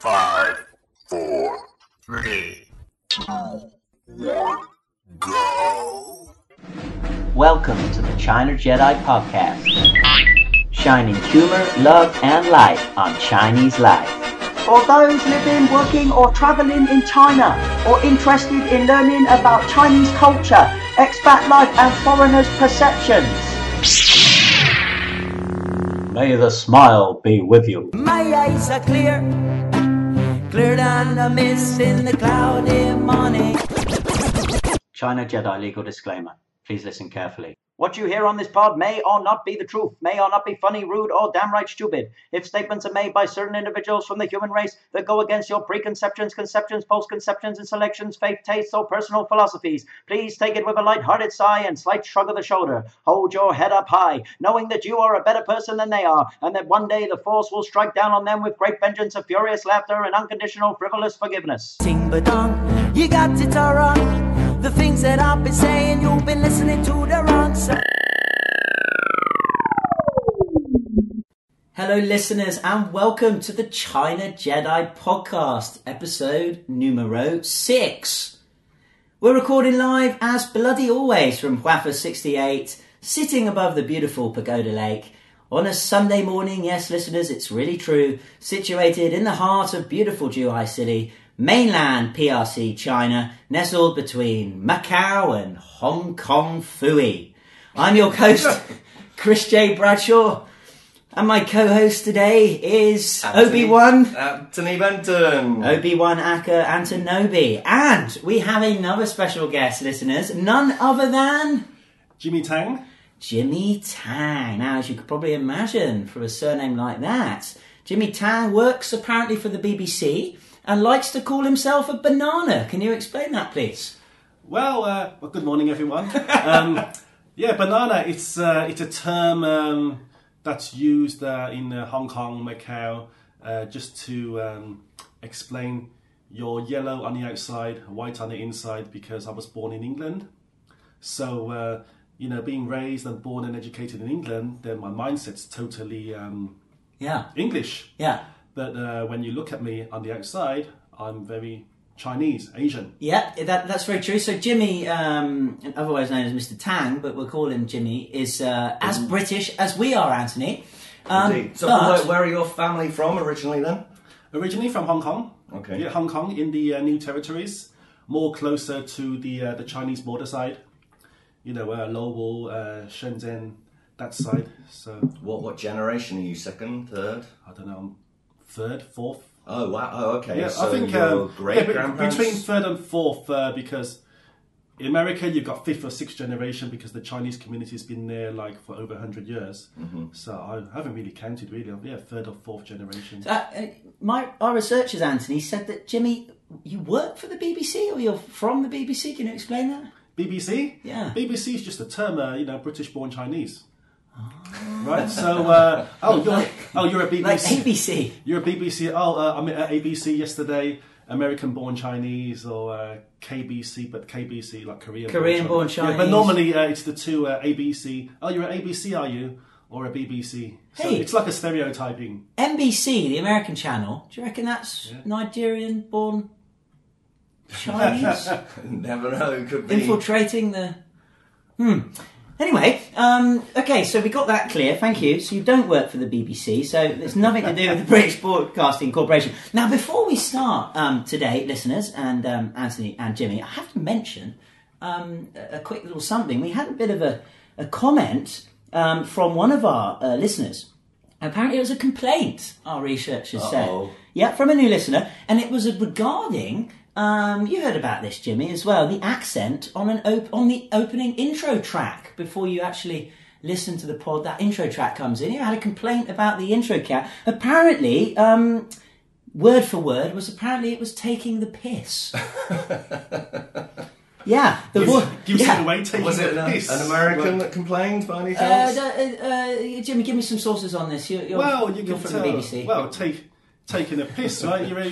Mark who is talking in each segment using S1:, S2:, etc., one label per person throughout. S1: Five, four, three, two, one, go.
S2: Welcome to the China Jedi Podcast, shining humor, love, and light on Chinese life. For those living, working, or traveling in China, or interested in learning about Chinese culture, expat life, and foreigners' perceptions. May the smile be with you.
S3: My eyes are clear, cleared on the mist in the cloudy morning.
S2: China Jedi legal disclaimer. Please listen carefully. What you hear on this pod may or not be the truth, may or not be funny, rude, or damn right stupid. If statements are made by certain individuals from the human race that go against your preconceptions, conceptions, postconceptions, and selections, faith, tastes, or personal philosophies, please take it with a light-hearted sigh and slight shrug of the shoulder. Hold your head up high, knowing that you are a better person than they are, and that one day the force will strike down on them with great vengeance of furious laughter and unconditional frivolous forgiveness.
S3: Ting ba dong, you got it all wrong. The things that I've been saying, you've been listening to the wrong side.
S2: Hello, listeners, and welcome to the China Jedi Podcast, episode numero six. We're recording live as bloody always from Huafa 68, sitting above the beautiful Pagoda Lake on a Sunday morning. Yes, listeners, it's really true. Situated in the heart of beautiful Zhuhai City, mainland PRC China, nestled between Macau and Hong Kong Fui. I'm your host, Chris J. Bradshaw. And my co-host today is Obi Wan,
S4: Anthony Benton.
S2: Obi Wan Akka Antonobi, and we have another special guest, listeners, none other than
S4: Jimmy Tang.
S2: Jimmy Tang. Now, as you could probably imagine, for a surname like that, Jimmy Tang works apparently for the BBC and likes to call himself a banana. Can you explain that, please?
S4: Well, uh, well, good morning, everyone. um, yeah, banana. It's uh, it's a term um, that's used uh, in uh, Hong Kong, Macau, uh, just to um, explain you're yellow on the outside, white on the inside, because I was born in England. So uh, you know, being raised and born and educated in England, then my mindset's totally um,
S2: Yeah,
S4: English.
S2: yeah,
S4: But uh, when you look at me on the outside, I'm very Chinese, Asian.
S2: yeah. That, that's very true. So Jimmy, um, otherwise known as Mr. Tang, but we'll call him Jimmy, is uh, as British as we are, Anthony. Um,
S5: Indeed. So,
S2: but-
S5: where, where are your family from originally then?
S4: Originally from Hong Kong.
S5: Okay.
S4: Yeah, Hong Kong in the uh, New Territories, more closer to the uh, the Chinese border side. You know, uh, Lowell, uh, Shenzhen, that side. So
S5: What what generation are you? Second, third?
S4: I don't know, third, fourth.
S5: Oh wow! Oh okay.
S4: Yeah,
S5: so
S4: I think
S5: your
S4: um,
S5: great
S4: yeah, be-
S5: grandparents.
S4: between third and fourth, uh, because in America you've got fifth or sixth generation because the Chinese community's been there like for over hundred years.
S5: Mm-hmm.
S4: So I haven't really counted really. I'm, Yeah, third or fourth generation.
S2: Uh, uh, my our researchers, Anthony, said that Jimmy, you work for the BBC or you're from the BBC. Can you explain that?
S4: BBC?
S2: Yeah.
S4: BBC is just a term, uh, you know, British born Chinese. Right? So, uh, oh, you're, oh, you're a BBC.
S2: Oh. Like ABC.
S4: You're a BBC. Oh, uh, I mean, uh, ABC yesterday, American born Chinese, or uh, KBC, but KBC, like Korean
S2: Korean-born
S4: Yeah, but
S2: Chinese.
S4: normally uh, it's the two uh, ABC. Oh, you're an ABC, are you? Or a BBC. So
S2: Hey.
S4: it's like a stereotyping.
S2: NBC, the American channel. Do you reckon that's Nigerian-born Chinese
S5: Never know. it Could be.
S2: infiltrating the? Hmm. Anyway, um, okay, so we got that clear. Thank you. So you don't work for the BBC, so it's nothing to do with the British Broadcasting Corporation. Now, before we start um, today, listeners and um, Anthony and Jimmy, I have to mention um, a a quick little something. We had a bit of a, a comment um, from one of our uh, listeners. Apparently, it was a complaint, our researchers
S5: Uh-oh.
S2: said. Yeah, from a new listener. And it was regarding, um, you heard about this, Jimmy, as well, the accent on, an op- on the opening intro track before you actually listen to the pod. That intro track comes in. You had a complaint about the intro cat. Apparently, um, word for word, was apparently it was taking the piss. yeah. The wo-
S4: Gives
S2: yeah.
S4: it away, taking
S5: Was it
S4: the
S5: an,
S4: piss.
S5: an American
S4: Like-
S5: that complained by any
S2: Uh,
S5: chance?
S2: d- uh, uh, Jimmy, give me some sources on this. You're, you're,
S4: Well, you
S2: you're
S4: can
S2: from
S4: tell.
S2: the BBC.
S4: Well, take taking a piss, right? You're a,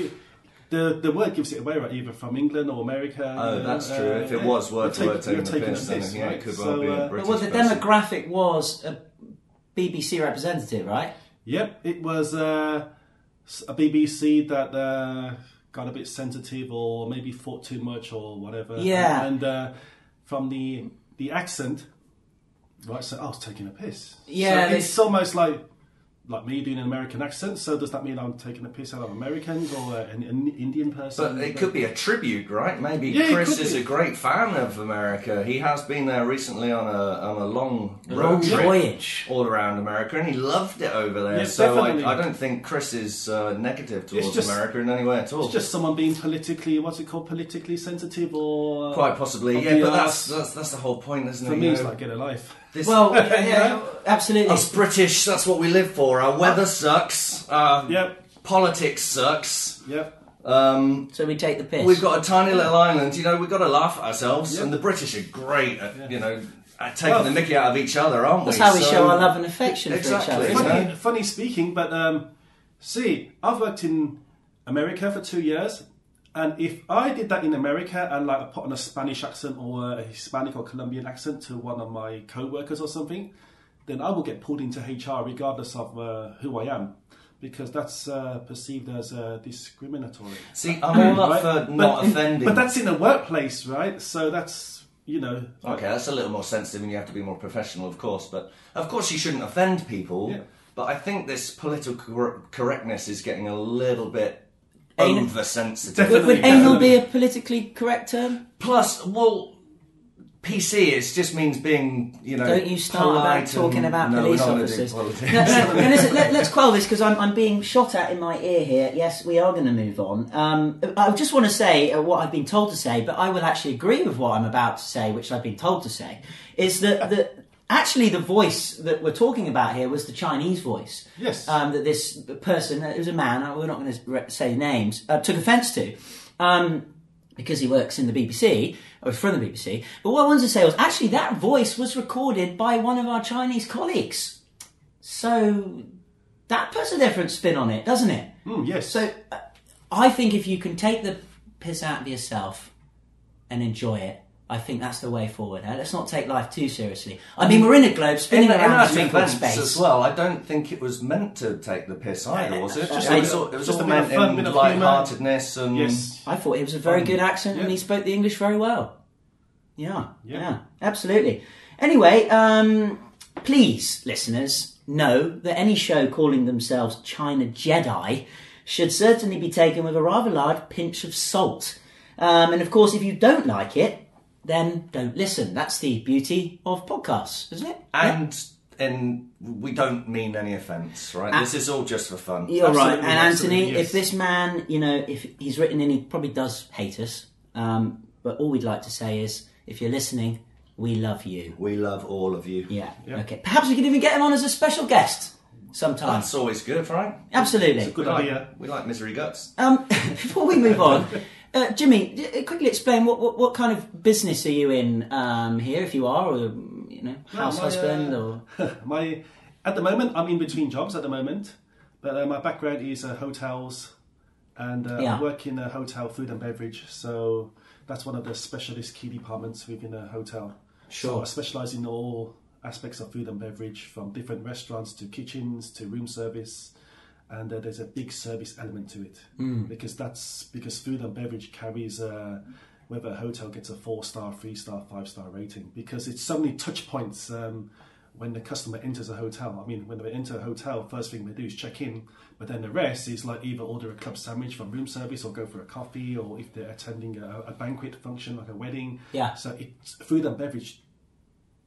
S4: the the word gives it away, right? Either from England or America.
S5: oh,
S4: you know,
S5: that's
S4: uh,
S5: true. if it
S4: yeah.
S5: was
S4: You're
S5: word for
S4: taking-
S5: word taking
S4: you're
S5: the piss, then yeah,
S4: right?
S5: it could well
S4: So,
S5: be
S4: uh,
S5: a British
S2: Well, the
S5: person.
S2: demographic was a BBC representative, right?
S4: Yep, it was. Uh, s- a BBC that uh, got a bit sensitive or maybe thought too much or whatever.
S2: Yeah.
S4: And, uh, from the the accent, right? So I was taking a piss.
S2: Yeah,
S4: So
S2: they-
S4: it's almost like like me doing an American accent. So does that mean I'm taking a piss out of Americans or uh, an, an Indian person?
S5: But it could be a tribute, right? Maybe
S4: Yeah, it
S5: Chris
S4: could
S5: is
S4: be.
S5: a great fan of America. He has been there recently on a on a long road trip
S2: voyage.
S5: all around America, and he loved it over there.
S4: Yeah,
S5: so I,
S4: definitely.
S5: I don't think Chris is uh, negative towards
S4: just-
S5: America in any way at all.
S4: It's just someone being politically what's it called politically sensitive or
S5: Quite possibly,
S4: Of
S5: yeah.
S4: the
S5: But that's,
S4: arts.
S5: that's that's the whole point, isn't
S4: for
S5: it?
S4: me
S5: you
S4: it's
S5: know?
S4: like get a life.
S5: This-
S2: Well, yeah, yeah, absolutely.
S5: us British, that's what we live for. Our weather sucks. Uh,
S4: Yep.
S5: Politics sucks.
S4: Yep.
S5: Um,
S2: So we take the piss.
S5: We've got a tiny little island, you know, we've got to laugh at ourselves,
S4: Yeah.
S5: and the British are great at, you know, at taking
S4: Well,
S5: the mickey out of each other, aren't
S2: That's
S5: we?
S2: how we
S5: So-
S2: show our love and affection
S5: Exactly.
S2: for each other. isn't it?
S4: Funny, funny speaking, but um, see, I've worked in America for two years, and if I did that in America and like put on a Spanish accent or a Hispanic or Colombian accent to one of my co-workers or something, then I will get pulled into HR regardless of uh, who I am. Because that's uh, perceived as uh, discriminatory.
S5: See, I'm all up
S4: right?
S5: for
S4: But
S5: not
S4: in-
S5: offending.
S4: But that's in the workplace, right? So that's, you know,
S5: Okay, that's a little more sensitive, and you have to be more professional, of course. But of course, you shouldn't offend people.
S4: Yeah.
S5: But I think this political cor- correctness is getting a little bit
S2: Anal-
S5: oversensitive.
S4: Definitely.
S2: Would, would
S4: Yeah.
S2: anal be a politically correct term?
S5: Plus, well, PC is just means being, you know.
S2: Don't you start about
S5: polite
S2: talking
S5: and-
S2: about
S5: no,
S2: police
S5: we're not gonna do
S2: officers.
S5: politics.
S2: No, no, no, listen, let, us quell this because I'm, I'm being shot at in my ear here. Yes, we are going to move on. Um, I just want to say uh, what I've been told to say, but I will actually agree with what I'm about to say, which I've been told to say, is that the, actually the voice that we're talking about here was the Chinese voice.
S4: Yes.
S2: Um, that this person, it was a man, uh, we're not going to re- say names, uh, took offence to. Um, because he works in the BBC, or uh, from the BBC. But what I wanted to say was actually that voice was recorded by one of our Chinese colleagues. So that puts a different spin on it, doesn't it?
S4: mm, yes.
S2: So uh, I think if you can take the piss out of yourself and enjoy it, I think that's the way forward. eh? Let's not take life too seriously. I mean, we're in a globe spinning
S5: In, in
S2: around
S5: our
S2: this thing called
S5: defence
S2: space.
S5: as well, I don't think it was meant to take the piss either, was it?
S2: Just
S5: it
S2: a
S5: was
S4: bit-
S5: all, it was
S4: just a
S5: all
S4: bit of
S5: meant
S4: fun,
S5: in
S4: bit of
S5: lightheartedness and
S4: yes.
S2: I thought it was a very good accent and
S4: yeah.
S2: he spoke the English very well. Yeah, yeah,
S4: Yeah.
S2: absolutely. Anyway, um, please, listeners, know that any show calling themselves China Jedi should certainly be taken with a rather large pinch of salt. Um, and of course, if you don't like it, then don't listen. That's the beauty of podcasts, isn't it?
S5: and and we don't mean any offence,
S2: Ah.
S5: right? this is all just for fun.
S2: You're right.
S4: Absolutely,
S2: And Anthony,
S4: absolutely, yes.
S2: if this man, you know, if he's written in, he probably does hate us. Um, but all we'd like to say is, if you're listening, we love you.
S5: We love all of you.
S2: Yeah. Okay. Perhaps we could even get him on as a special guest sometime.
S5: That's always good, right?
S2: Absolutely.
S4: Good
S5: We like-
S4: idea.
S5: We like misery guts.
S2: Um, before we move on, uh, Jimmy, d- quickly explain what, what, what kind of business are you in um, here, if you are, or you know, house
S4: my,
S2: husband,
S4: uh,
S2: or
S4: my at the moment I'm in between jobs at the moment, but uh, my background is uh, hotels, and uh,
S2: Yeah.
S4: I work in a hotel food and beverage. So that's one of the specialist key departments within a hotel. So
S2: Sure.
S4: I specialise in all aspects of food and beverage, from different restaurants to kitchens to room service. And uh, there's a big service element to it because that's because food and beverage carries uh, whether a hotel gets a four star, three star, five star rating because it's so many touch points um, when the customer enters a hotel. I mean, when they enter a hotel, first thing they do is check in, but then the rest is like either order a club sandwich from room service or go for a coffee, or if they're attending a, a banquet function like a wedding.
S2: Yeah.
S4: So it's food and beverage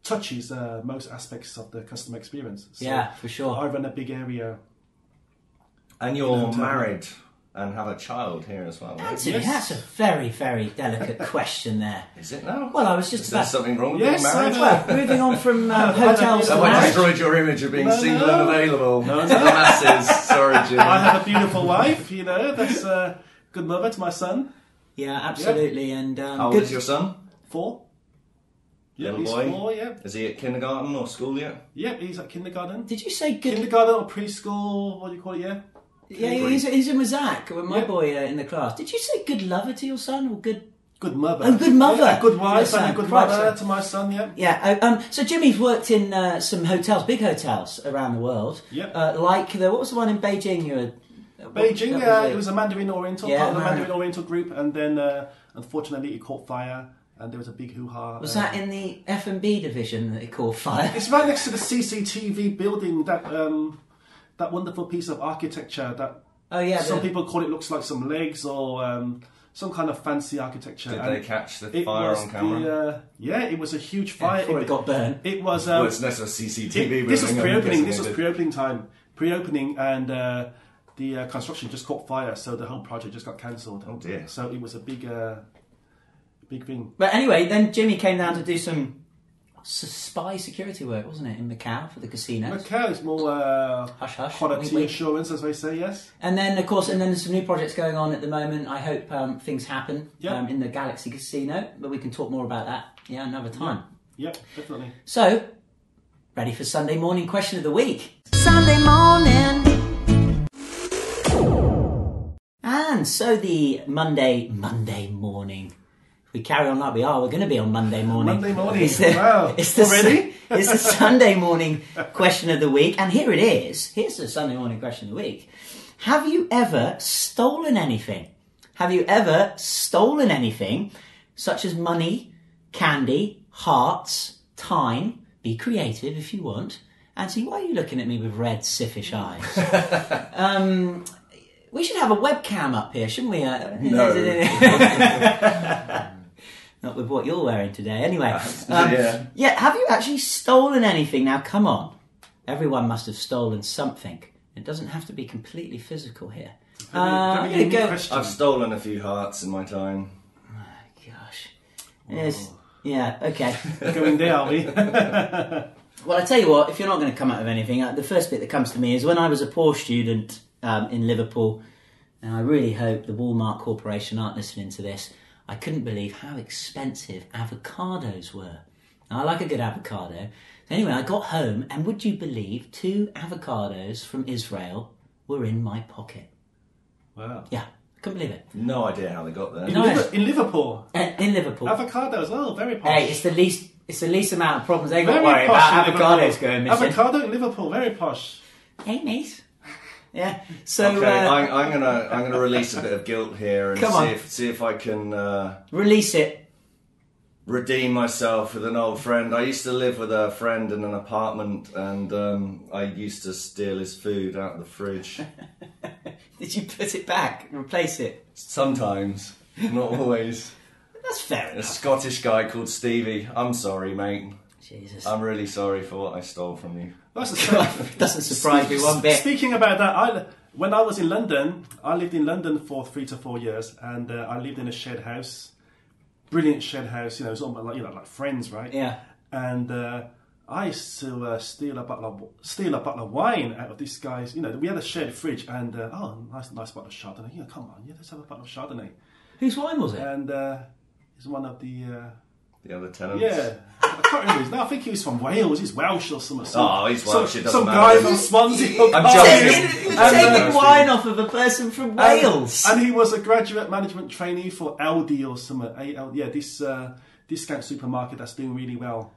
S4: touches uh, most aspects of the customer experience. So
S2: Yeah, for sure.
S4: I run a big area.
S5: And you're married and have a child here as well. right?
S2: Anthony, that's a very, very delicate question there.
S5: Is it now?
S2: Well, I was just
S5: Is there
S2: about.
S5: something wrong with
S4: Yes,
S5: being married?
S4: I know.
S2: Well, moving on from um, hotels to
S5: Have I
S2: marriage.
S5: destroyed your image of being
S4: No,
S5: single
S4: no.
S5: and available to the masses? Sorry, Jim.
S4: I have a beautiful wife, you know, that's a good mother to my son.
S2: Yeah, absolutely. And um,
S5: How old
S2: good.
S5: is your son?
S4: Four. Yeah,
S5: Little
S4: he's
S5: boy.
S4: four, yeah.
S5: Is he at kindergarten or school yet?
S4: Yep, he's at kindergarten.
S2: Did you say good?
S4: Kindergarten or preschool, what do you call it, yeah?
S2: Yeah, he's, he's in Mazak with my
S4: Yeah.
S2: boy uh, in the class. Did you say good lover to your son or good?
S4: Good mother.
S2: Oh, good mother.
S4: Yeah, a good wife
S2: Yes,
S4: and
S2: um,
S4: a good
S2: right,
S4: mother
S2: so-
S4: to my son, yeah.
S2: Yeah. oh, Um. So Jimmy's worked in uh, some hotels, big hotels around the world.
S4: Yeah.
S2: Uh, like the what was the one in Beijing you were what-
S4: Beijing,
S2: what
S4: uh,
S2: it?
S4: it was a Mandarin Oriental,
S2: Yeah,
S4: part of the
S2: Mandarin.
S4: Mandarin Oriental group, and then uh, unfortunately it caught fire, and there was a big hoo ha.
S2: Was that in the F and B division that it caught fire?
S4: It's right next to the CCTV building. That um, that wonderful piece of architecture that
S2: Oh yeah,
S4: some
S2: the-
S4: people call it looks like some legs or um, some kind of fancy architecture.
S5: Did
S4: and
S5: they catch the
S4: it
S5: fire
S4: was
S5: on camera?
S4: The, uh, yeah, it was a huge fire.
S2: before it got burnt.
S4: it was.
S5: well,
S4: Um,
S5: it's not a CCTV.
S4: it- this was
S5: building, I'm
S4: pre-opening.
S5: guessing
S4: This
S5: they
S4: was
S5: did.
S4: pre-opening time. Pre-opening, and uh, the uh, construction just caught fire, so the whole project just got cancelled.
S5: Oh, dear.
S4: So it was a big, uh, big thing.
S2: But anyway, then Jimmy came down to do some s- spy security work, wasn't it, in Macau for the casinos?
S4: Okay, it's more uh,
S2: Hush, hush,
S4: quality
S2: wink, wink.
S4: assurance, as they say. Yes.
S2: And then, of course, and then there's some new projects going on at the moment. I hope um, things happen
S4: Yeah.
S2: um, in the Galaxy Casino, but we can talk more about that, yeah, another time.
S4: Yep, definitely.
S2: So, ready for Sunday morning question of the week?
S3: Sunday morning.
S2: And so the Monday, Monday morning. If we carry on like we are, we're going to be on Monday morning.
S4: Monday morning.
S2: It's the,
S4: Wow.
S2: It's the,
S4: Already?
S2: it's the Sunday morning question of the week. And here it is. Here's the Sunday morning question of the week. Have you ever stolen anything? Have you ever stolen anything such as money, candy, hearts, time? Be creative if you want. Anthony, why are you looking at me with red, siffish eyes? Um, We should have a webcam up here, shouldn't we? Uh, Not with what you're wearing today, anyway. Um,
S5: yeah.
S2: yeah, have you actually stolen anything? Now, come on. Everyone must have stolen something. It doesn't have to be completely physical here. Uh, I'm
S4: Very
S2: going
S4: unique
S2: to go.
S4: question.
S5: I've stolen a few hearts in my time.
S2: Gosh. Yes. Yeah, okay.
S4: Going there, are we?
S2: Well, I tell you what, if you're not going to come out of anything, uh, the first bit that comes to me is when I was a poor student um, in Liverpool, and I really hope the Walmart Corporation aren't listening to this, I couldn't believe how expensive avocados were. Now, I like a good avocado. Anyway, I got home, and would you believe two avocados from Israel were in my pocket?
S4: wow.
S2: Yeah, I couldn't believe it.
S5: No idea how they got there.
S2: No.
S4: Liver- In Liverpool,
S2: Uh, in Liverpool.
S4: avocado as well, very posh.
S2: hey, it's the least. It's the least amount of problems they got
S4: very
S2: to worry
S4: posh
S2: about.
S4: in Liverpool.
S2: Avocados going missing.
S4: Avocado in Liverpool, very posh.
S2: Hey, mate. Yeah. So
S5: Okay,
S2: uh,
S5: I'm, I'm gonna I'm gonna release a bit of guilt here and
S2: Come on.
S5: see if see if I can uh,
S2: release it.
S5: redeem myself with an old friend. I used to live with a friend in an apartment, and um, I used to steal his food out of the fridge
S2: Did you put it back? Replace it?
S5: sometimes, not always.
S2: That's fair
S5: A
S2: enough.
S5: Scottish guy called Stevie. I'm sorry, mate.
S2: Jesus.
S5: I'm really sorry for what I stole from you.
S4: That's the same.
S2: Doesn't surprise me one bit.
S4: Speaking about that, I, when I was in London, I lived in London for three to four years, and uh, I lived in a shared house, brilliant shared house. You know, it's all my, like you know, like friends, right?
S2: Yeah.
S4: And uh, I used to uh, steal a bottle of steal a bottle of wine out of this guy's. You know, we had a shared fridge, and uh, oh, nice, nice bottle of Chardonnay. Yeah, come on, yeah, let's have a bottle of Chardonnay.
S2: Whose wine was it?
S4: And uh, it's one of the. Uh,
S5: The other tenants.
S4: Yeah. I can't remember his name. I think he was from Wales. He's Welsh or something. Some,
S5: Oh, he's Welsh,
S4: Some,
S5: it doesn't
S4: some
S5: matter.
S4: guy from Swansea. or
S5: I'm
S4: Cardiff.
S5: joking.
S2: You're taking
S5: And, uh,
S2: wine off of a person from
S4: And-
S2: Wales.
S4: And, he was a graduate management trainee for Aldi or something. AL, yeah, this uh, discount supermarket that's doing really well.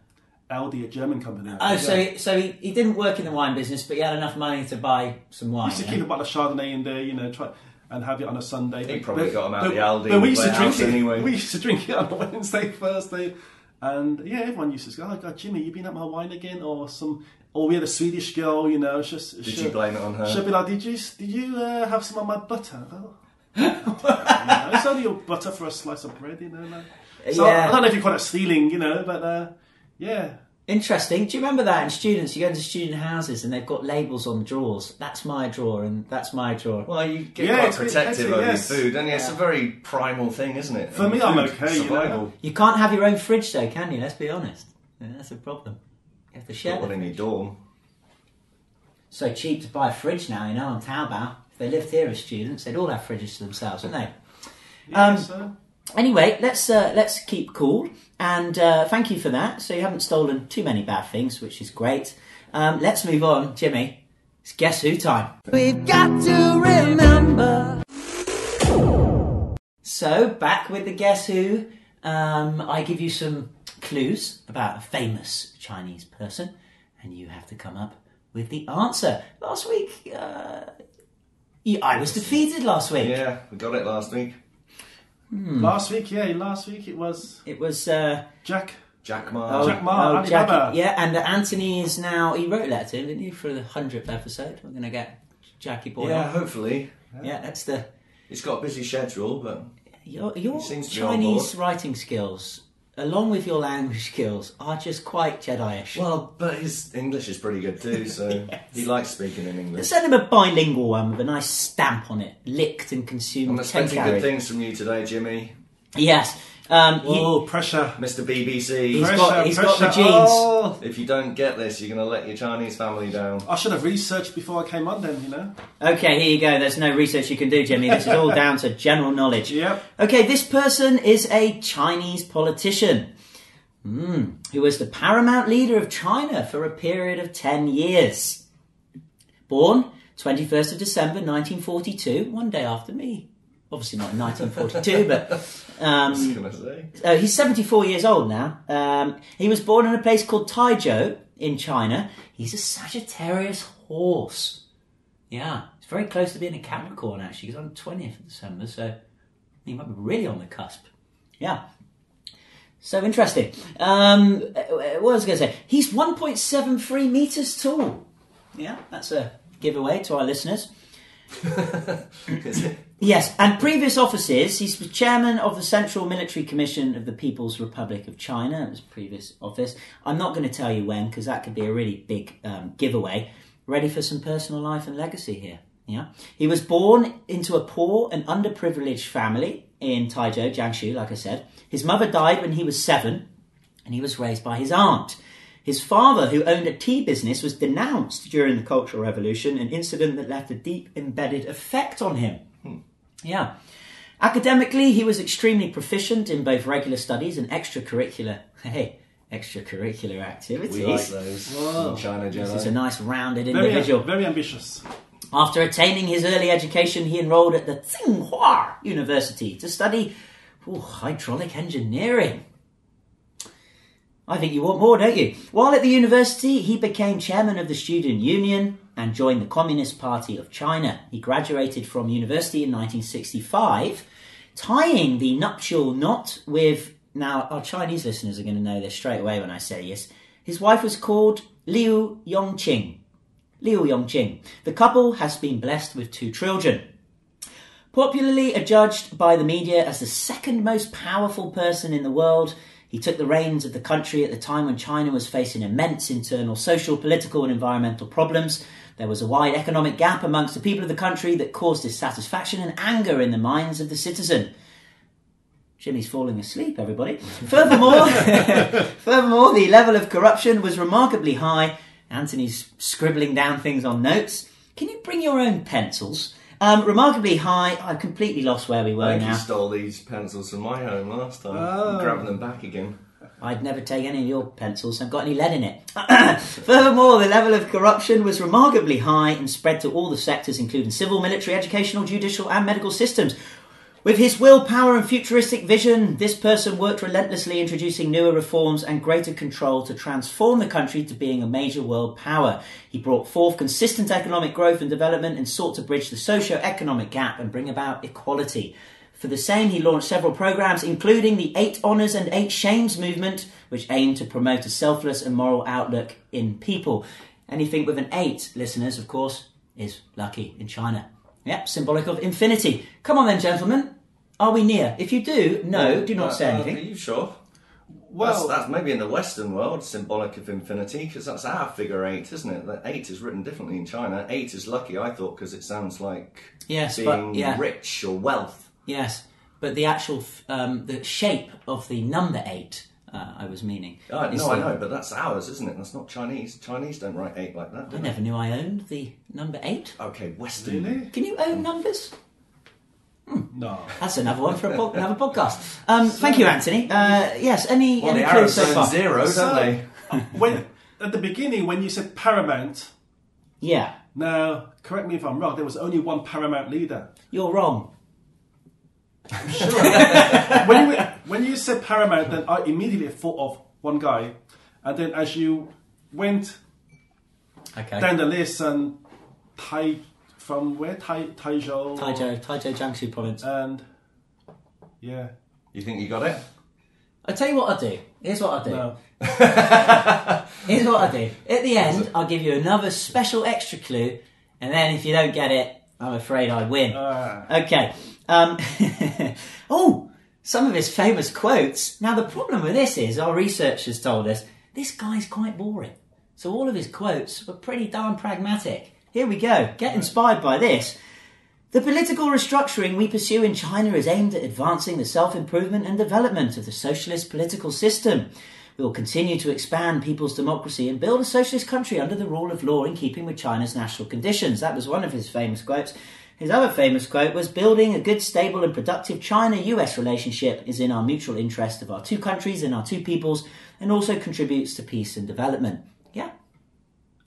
S4: Aldi, a German company.
S2: oh, so so he, he didn't work in the wine business, but he had enough money to buy some wine.
S4: used to
S2: yeah?
S4: keep a bottle of Chardonnay in there, you know, try and have it on a Sunday.
S5: He probably got 'em out
S4: but-
S5: the Aldi
S4: But we used to drink
S5: warehouse
S4: it
S5: anyway.
S4: We used to drink it on a Wednesday, Thursday, and yeah, everyone used to go, "Oh God, Jimmy, you been at my wine again?" Or some, or we had a Swedish girl, you know, just did
S5: you blame it on her?
S4: She'd be like, "Did you did you uh, have some of my butter?" Oh. No, it's only your butter for a slice of bread, you know. man. So I- I
S2: Yeah.
S4: don't know if you call it stealing, you know, but uh, yeah,
S2: Interesting. Do you remember that in students? You go into student houses and they've got labels on drawers. That's my drawer and that's my drawer.
S5: Well, you get
S4: Yeah,
S5: quite
S4: it's a bit
S5: protective
S4: petty,
S5: over
S4: yes.
S5: your food, and it's a very primal thing, isn't it?
S4: For
S5: And
S4: me, I'm
S5: food,
S4: okay, you know.
S5: Survival.
S2: You can't have your own fridge though, can you? Let's be honest. Yeah, that's a problem. You have to share.
S5: Not
S2: the
S5: one in your dorm.
S2: so cheap to buy a fridge now, you know, on Taobao. If they lived here as students, they'd all have fridges to themselves, wouldn't they?
S4: yeah
S2: Um,
S4: so.
S2: Anyway, let's uh, let's keep cool, and uh, thank you for that. So you haven't stolen too many bad things, which is great. Um, let's move on, Jimmy. It's guess who time.
S3: We've got to remember.
S2: So back with the guess who. Um, I give you some clues about a famous Chinese person, and you have to come up with the answer. Last week, uh, Yeah, I was defeated last week.
S5: Yeah, we got it last week. Hmm.
S4: Last week, yeah, last week it was
S2: It was uh,
S4: Jack.
S5: Jack Ma.
S4: Jack Ma,
S2: oh,
S4: Ali
S2: Jackie-
S4: Baba.
S2: yeah, and uh, Anthony is now. He wrote a letter to him, didn't he, for the hundredth episode? We're gonna get Jackie Boy.
S5: Yeah,
S2: Yeah,
S5: hopefully.
S2: yeah, that's the
S5: He's got a busy schedule, but
S2: your, your
S5: He seems to be on
S2: Chinese
S5: board.
S2: writing skills, along with your language skills, are just quite Jedi-ish.
S5: well, but his English is pretty good too, so he likes speaking in English.
S2: Send him a bilingual one with a nice stamp on it, licked and consumed.
S5: I'm expecting
S2: tenkari.
S5: good things from you today, Jimmy,
S2: Yes. Um, you-
S4: Oh, pressure.
S5: Mr. BBC.
S2: He's
S4: pressure,
S2: got- he's got the
S4: pressure.
S2: genes.
S4: Oh,
S5: If you don't get this, you're going to let your Chinese family down.
S4: I should have researched before I came on then, you know?
S2: okay, here you go. There's no research you can do, Jimmy. This is all down to general knowledge.
S4: Yep.
S2: Okay, this person is a Chinese politician mm, who was the paramount leader of China for a period of 10 years. Born 21st of December 1942, one day after me. Obviously not in 1942, but um,
S5: Can I say?
S2: uh, he's 74 years old now. Um, he was born in a place called Taijo in China. He's a Sagittarius horse. Yeah, it's very close to being a Capricorn actually, because on 20th of December, so he might be really on the cusp. Yeah. So interesting. Um, uh, what was I going to say? He's 1.73 meters tall. Yeah, that's a giveaway to our listeners.
S5: Is it?
S2: Yes, and previous offices, he's the chairman of the Central Military Commission of the People's Republic of China. It was previous office. I'm not going to tell you when because that could be a really big um, giveaway. Ready for some personal life and legacy here. Yeah, he was born into a poor and underprivileged family in Taizhou, Jiangsu. Like I said, his mother died when he was seven, and he was raised by his aunt. His father, who owned a tea business, was denounced during the Cultural Revolution, an incident that left a deep embedded effect on him.
S5: Hmm.
S2: Yeah. Academically, he was extremely proficient in both regular studies and extracurricular. Hey, extracurricular activities.
S5: We like those. in China Jedi.
S2: He's a nice rounded
S4: Very,
S2: individual.
S4: very ambitious.
S2: After attaining his early education, he enrolled at the Tsinghua University to study ooh, hydraulic engineering. I think you want more, don't you? While at the university, he became chairman of the Student Union and joined the Communist Party of China. He graduated from university in 1965, tying the nuptial knot with. Now, our Chinese listeners are going to know this straight away when I say this. His wife was called Liu Yongqing. Liu Yongqing. The couple has been blessed with two children. Popularly adjudged by the media as the second most powerful person in the world, he took the reins of the country at the time when China was facing immense internal social, political, and environmental problems. There was a wide economic gap amongst the people of the country that caused dissatisfaction and anger in the minds of the citizen. Jimmy's falling asleep, everybody. Furthermore, furthermore, the level of corruption was remarkably high. Anthony's scribbling down things on notes. Can you bring your own pencils? Um, remarkably high. I completely lost where we
S5: I
S2: were
S5: think you
S2: now.
S5: stole these pencils from my home last time.
S2: Oh.
S5: I'm grabbing them back again.
S2: I'd never take any of your pencils. I've got any lead in it. Furthermore, the level of corruption was remarkably high and spread to all the sectors, including civil, military, educational, judicial, and medical systems. With his willpower and futuristic vision, this person worked relentlessly introducing newer reforms and greater control to transform the country to being a major world power. He brought forth consistent economic growth and development and sought to bridge the socio-economic gap and bring about equality. For the same, he launched several programs, including the Eight Honours and Eight Shames movement, which aimed to promote a selfless and moral outlook in people. Anything with an eight, listeners, of course, is lucky in China. Yep, symbolic of infinity. Come on then, gentlemen. Are we near? If you do, no, do not
S5: Uh,
S2: say
S5: uh,
S2: anything. Oh.
S5: Are you sure? That's,
S4: Well,
S5: that's maybe in the Western world symbolic of infinity because that's our figure eight, isn't it? That eight is written differently in China. Eight is lucky, I thought, because it sounds like
S2: Yes, but-
S5: being
S2: yeah.
S5: rich or wealth.
S2: Yes, but the actual f- um, the shape of the number eight, uh, I was meaning.
S5: Oh,
S2: is
S5: no, I
S2: the-
S5: know, but that's ours, isn't it? That's not Chinese. Chinese don't write eight like that, do
S2: I
S5: they?
S2: never knew I owned the number eight.
S5: Okay, Western.
S4: really?
S2: Can you own numbers?
S4: No.
S5: Oh,
S2: That's another one for a po- another podcast. Um, thank you, Anthony. Uh, yes, any,
S5: Well,
S2: any
S5: the
S2: clues
S5: Arabs
S2: so
S5: own
S2: far?
S5: zero, don't
S4: So-
S5: they?
S4: when At the beginning, when you said paramount,
S2: Yeah,
S4: now, correct me if I'm wrong, there was only one paramount leader.
S2: you're wrong.
S4: when, you, when you said paramount, then I immediately thought of one guy. And then as you went
S2: Okay.
S4: down the list and Tai from where Tai Taijo.
S2: Taijo, Taijo Jiangsu province.
S4: And yeah,
S5: You think you got it?
S2: I tell you what I do. Here's what I do.
S4: no,
S2: Here's what I do. At the end, I'll give you another special extra clue, and then if you don't get it, I'm afraid I win.
S4: Ah.
S2: Okay. Um, oh, some of his famous quotes. Now, the problem with this is our researchers told us this guy's quite boring. So all of his quotes were pretty darn pragmatic. Here we go. Get inspired by this. The political restructuring we pursue in China is aimed at advancing the self improvement and development of the socialist political system. We will continue to expand people's democracy and build a socialist country under the rule of law in keeping with China's national conditions. That was one of his famous quotes. His other famous quote was Building a good, stable, and productive China US relationship is in our mutual interest of our two countries and our two peoples, and also contributes to peace and development. Yeah.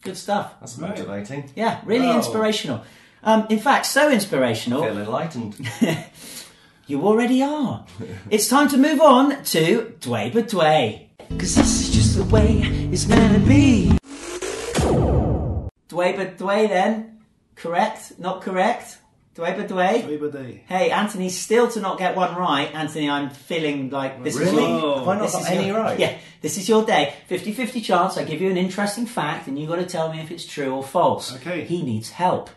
S2: Good stuff.
S5: That's motivating.
S2: Yeah, really
S4: Wow.
S2: inspirational. Um, in fact, so inspirational.
S5: Feel enlightened.
S2: You already are. it's time to move on to Dway but Dway.
S3: Cause this is just the way it's gonna be.
S2: Dway but Dway then. Correct? Not correct? Dway but Dway?
S4: everybody.
S2: Hey, Anthony's still to not get one right. Anthony, I'm feeling like this is
S5: Really?
S2: your...
S4: Whoa.
S5: Have I not
S2: This
S5: got
S2: is
S5: any
S2: your,
S5: right?
S2: Yeah, this is your day. 50-50 chance. I give you an interesting fact, and you got to tell me if it's true or false.
S4: Okay.
S2: He needs help.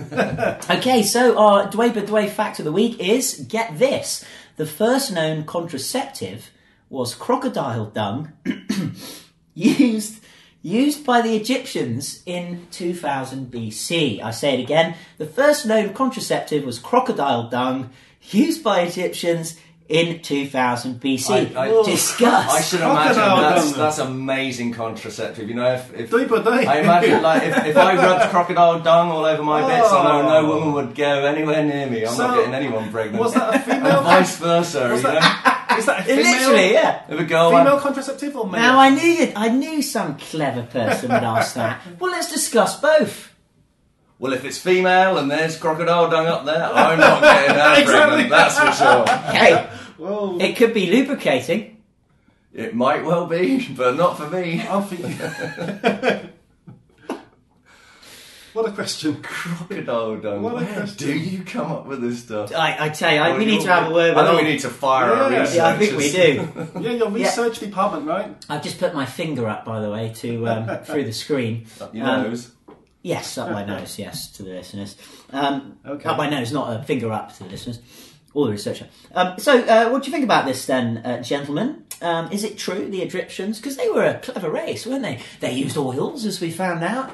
S2: okay, so our Dway but Dway fact of the week is get this: the first known contraceptive was crocodile dung, used used by the Egyptians in 2000 BC. I say it again: the first known contraceptive was crocodile dung, used by Egyptians. In 2000 BC,
S5: I- I-
S2: discuss.
S5: I should
S4: Crocodile
S5: imagine that's,
S4: dung.
S5: that's amazing contraceptive. You know, if, if
S4: Day by day.
S5: I imagine like if, if I rubbed crocodile dung all over my bits, I know no woman would go anywhere near me. I'm
S4: Oh. So,
S5: not getting anyone pregnant.
S4: Was that a
S5: and
S4: female?
S5: vice versa, you
S4: is that a female?
S2: Literally, yeah.
S5: know. If a girl
S4: Female
S5: went-
S4: contraceptive or male?
S2: Now I knew you, I knew some clever person would ask that. Well, let's discuss both.
S5: well, if it's female and there's crocodile dung up there, I'm not getting her
S4: Exactly.
S5: pregnant. That's for sure.
S2: Hey,
S4: Whoa.
S2: it could be lubricating.
S5: It might well be, but not for me.
S4: I'm thinking. what a question.
S5: Crocodile dung.
S4: What a
S5: Where
S4: question.
S5: do you come up with this stuff?
S2: I, I tell you, I, Uh, we need to have a word.
S5: Oh, I
S2: with
S5: think we
S2: all-
S5: need to fire our
S4: Yeah.
S5: researchers.
S2: Yeah, I think we do.
S4: Yeah, your research department, right?
S2: I've just put my finger up, by the way, to um, through the screen.
S5: You
S2: Um,
S5: knows.
S2: Yes, up my nose. Yes, to the listeners. Um,
S4: Okay.
S2: Up my nose, not a finger up to the listeners or the researcher. Um, so, uh, what do you think about this then, uh, gentlemen? Um, is it true the Egyptians, because they were a clever race, weren't they? They used oils, as we found out.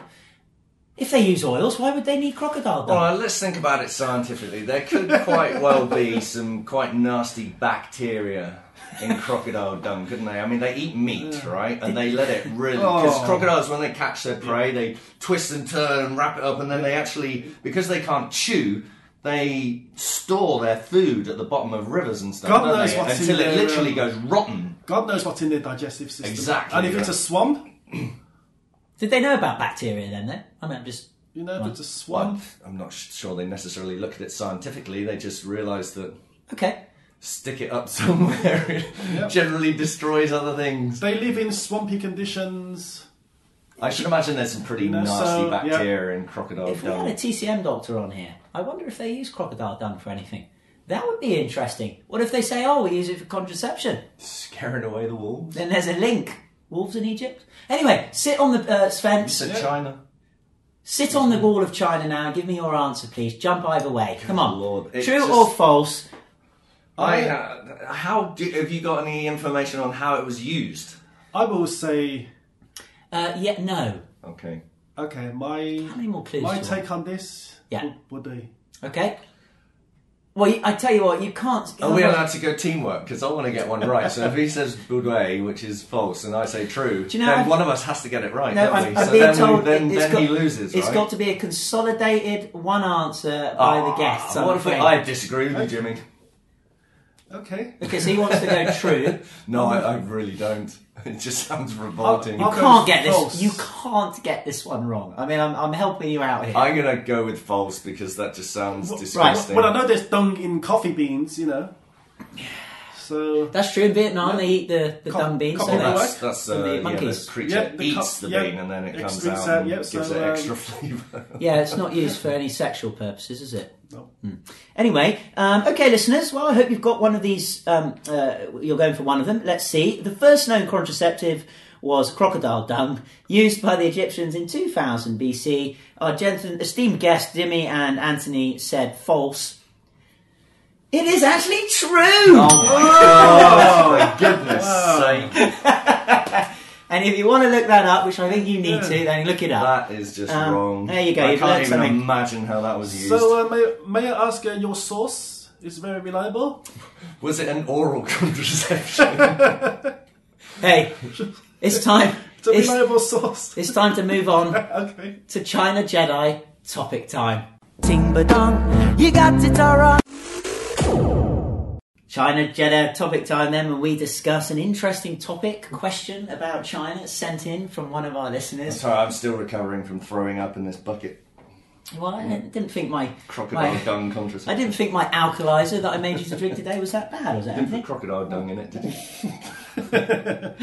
S2: If they use oils, why would they need crocodile dung?
S5: Well, let's think about it scientifically. There could quite well be some quite nasty bacteria in crocodile dung, couldn't they? I mean, they eat meat, right? And they let it really because
S4: Oh.
S5: crocodiles, when they catch their prey, they twist and turn and wrap it up, and then they actually because they can't chew. They store their food at the bottom of rivers and stuff
S4: God
S5: don't
S4: knows
S5: they?
S4: what's in
S5: until it
S4: their,
S5: literally
S4: um,
S5: goes rotten.
S4: God knows what's in their digestive system.
S5: Exactly,
S4: And if
S5: yeah.
S4: it's a swamp,
S2: Did they know about bacteria then, though? I mean, I'm just.
S4: you know, if it's a
S5: Well,
S4: swamp.
S5: I'm not sure they necessarily looked at it scientifically. They just realised that
S2: Okay.
S5: stick it up somewhere. It generally destroys other things.
S4: They live in swampy conditions.
S5: I should imagine there's some pretty
S4: No,
S5: nasty
S4: so, yeah.
S5: bacteria in crocodile
S2: If we had a
S5: dung.
S2: TCM doctor on here, I wonder if they use crocodile dung for anything. That would be interesting. What if they say, oh, we use it for contraception?
S5: Scaring away the wolves.
S2: Then there's a link. Wolves in Egypt. Anyway, sit on the uh, Sven.
S5: It's China.
S2: Sit on the wall of China now. and Give me your answer, please. Jump either way. Come on.
S5: Lord,
S2: True
S5: it just-
S2: or false?
S5: I, uh, how do, have you got any information on how it was used?
S4: I will say,
S2: Uh, yeah, no.
S5: Okay.
S4: okay, my
S2: How many more clues?
S4: my
S2: do you want?
S4: take on this
S2: Yeah.
S4: would, would be.
S2: Okay. Well, you- I tell you what, you can't.
S5: Are we allowed to go teamwork? Because I want to get one right. So if he says Boudouet, which is false, and I say true,
S2: you know,
S5: then
S2: I've-
S5: one of us has to get it right,
S2: No,
S5: don't
S2: I'm,
S5: we?
S2: I'm
S5: so
S2: being
S5: then, we-
S2: told it-
S5: then,
S2: it's
S5: then
S2: got,
S5: he loses,
S2: It's
S5: right?
S2: got to be a consolidated one answer by the guests.
S5: Ah,
S2: I'm
S5: what if we-
S2: afraid.
S5: I disagree with you, Jimmy?
S4: Okay.
S2: Because he wants to go true.
S5: No, I, I really don't. It just sounds revolting.
S4: I'll
S2: You can't
S4: goes
S2: get this.
S4: false.
S2: You can't get this one wrong. I mean, I'm, I'm helping you out here.
S5: I'm gonna go with false because that just sounds
S4: Well,
S5: disgusting.
S4: Well, I know there's dung in coffee beans, you know. So
S2: That's true. In Vietnam, they eat the, the
S4: Cop-
S2: dumb beans.
S4: copper
S2: don't they?
S4: work.
S5: That's, that's
S2: From the
S5: uh, yeah,
S2: monkeys.
S5: the creature
S4: Yeah, the
S5: eats
S4: co-
S5: the
S4: yeah,
S5: bean and then it comes
S4: excretes
S5: out
S4: that,
S5: and
S4: yeah,
S5: gives
S4: so,
S5: it
S4: um,
S5: extra flavour.
S2: Yeah, it's not used for any sexual purposes, is it?
S4: No.
S2: Hmm. Anyway, um, okay, listeners. Well, I hope you've got one of these. Um, uh, you're going for one of them. Let's see. The first known contraceptive was crocodile dung, used by the Egyptians in 2000 BC. Our gentleman, esteemed guest Jimmy and Anthony said false. It is actually true.
S5: oh my goodness sake!
S2: And if you want to look that up, which I think you need
S4: Yeah.
S2: to, then look it up.
S5: That is just
S2: Um,
S5: wrong.
S2: there you go,
S5: I
S2: you've
S5: can't
S2: learned
S5: even
S2: something.
S5: imagine how that was used.
S4: so uh, may, may I ask uh, your source is very reliable?
S5: was it an oral contraception?
S2: Hey, it's time.
S4: It's a
S2: it's,
S4: reliable source.
S2: it's time to move on
S4: Okay.
S2: to China Jedi topic time.
S3: Ting ba dong, you got it all wrong.
S2: China Jeddah topic time then when we discuss an interesting topic question about China sent in from one of our listeners.
S5: Sorry, I'm still recovering from throwing up in this bucket.
S2: Well, I didn't think my
S5: Crocodile
S2: my-
S5: dung
S2: I
S5: contraception.
S2: didn't think my alkalizer that I made you to drink today was that bad, was it?
S5: Didn't put
S2: Anthony?
S5: crocodile dung in it, did you?
S2: Well,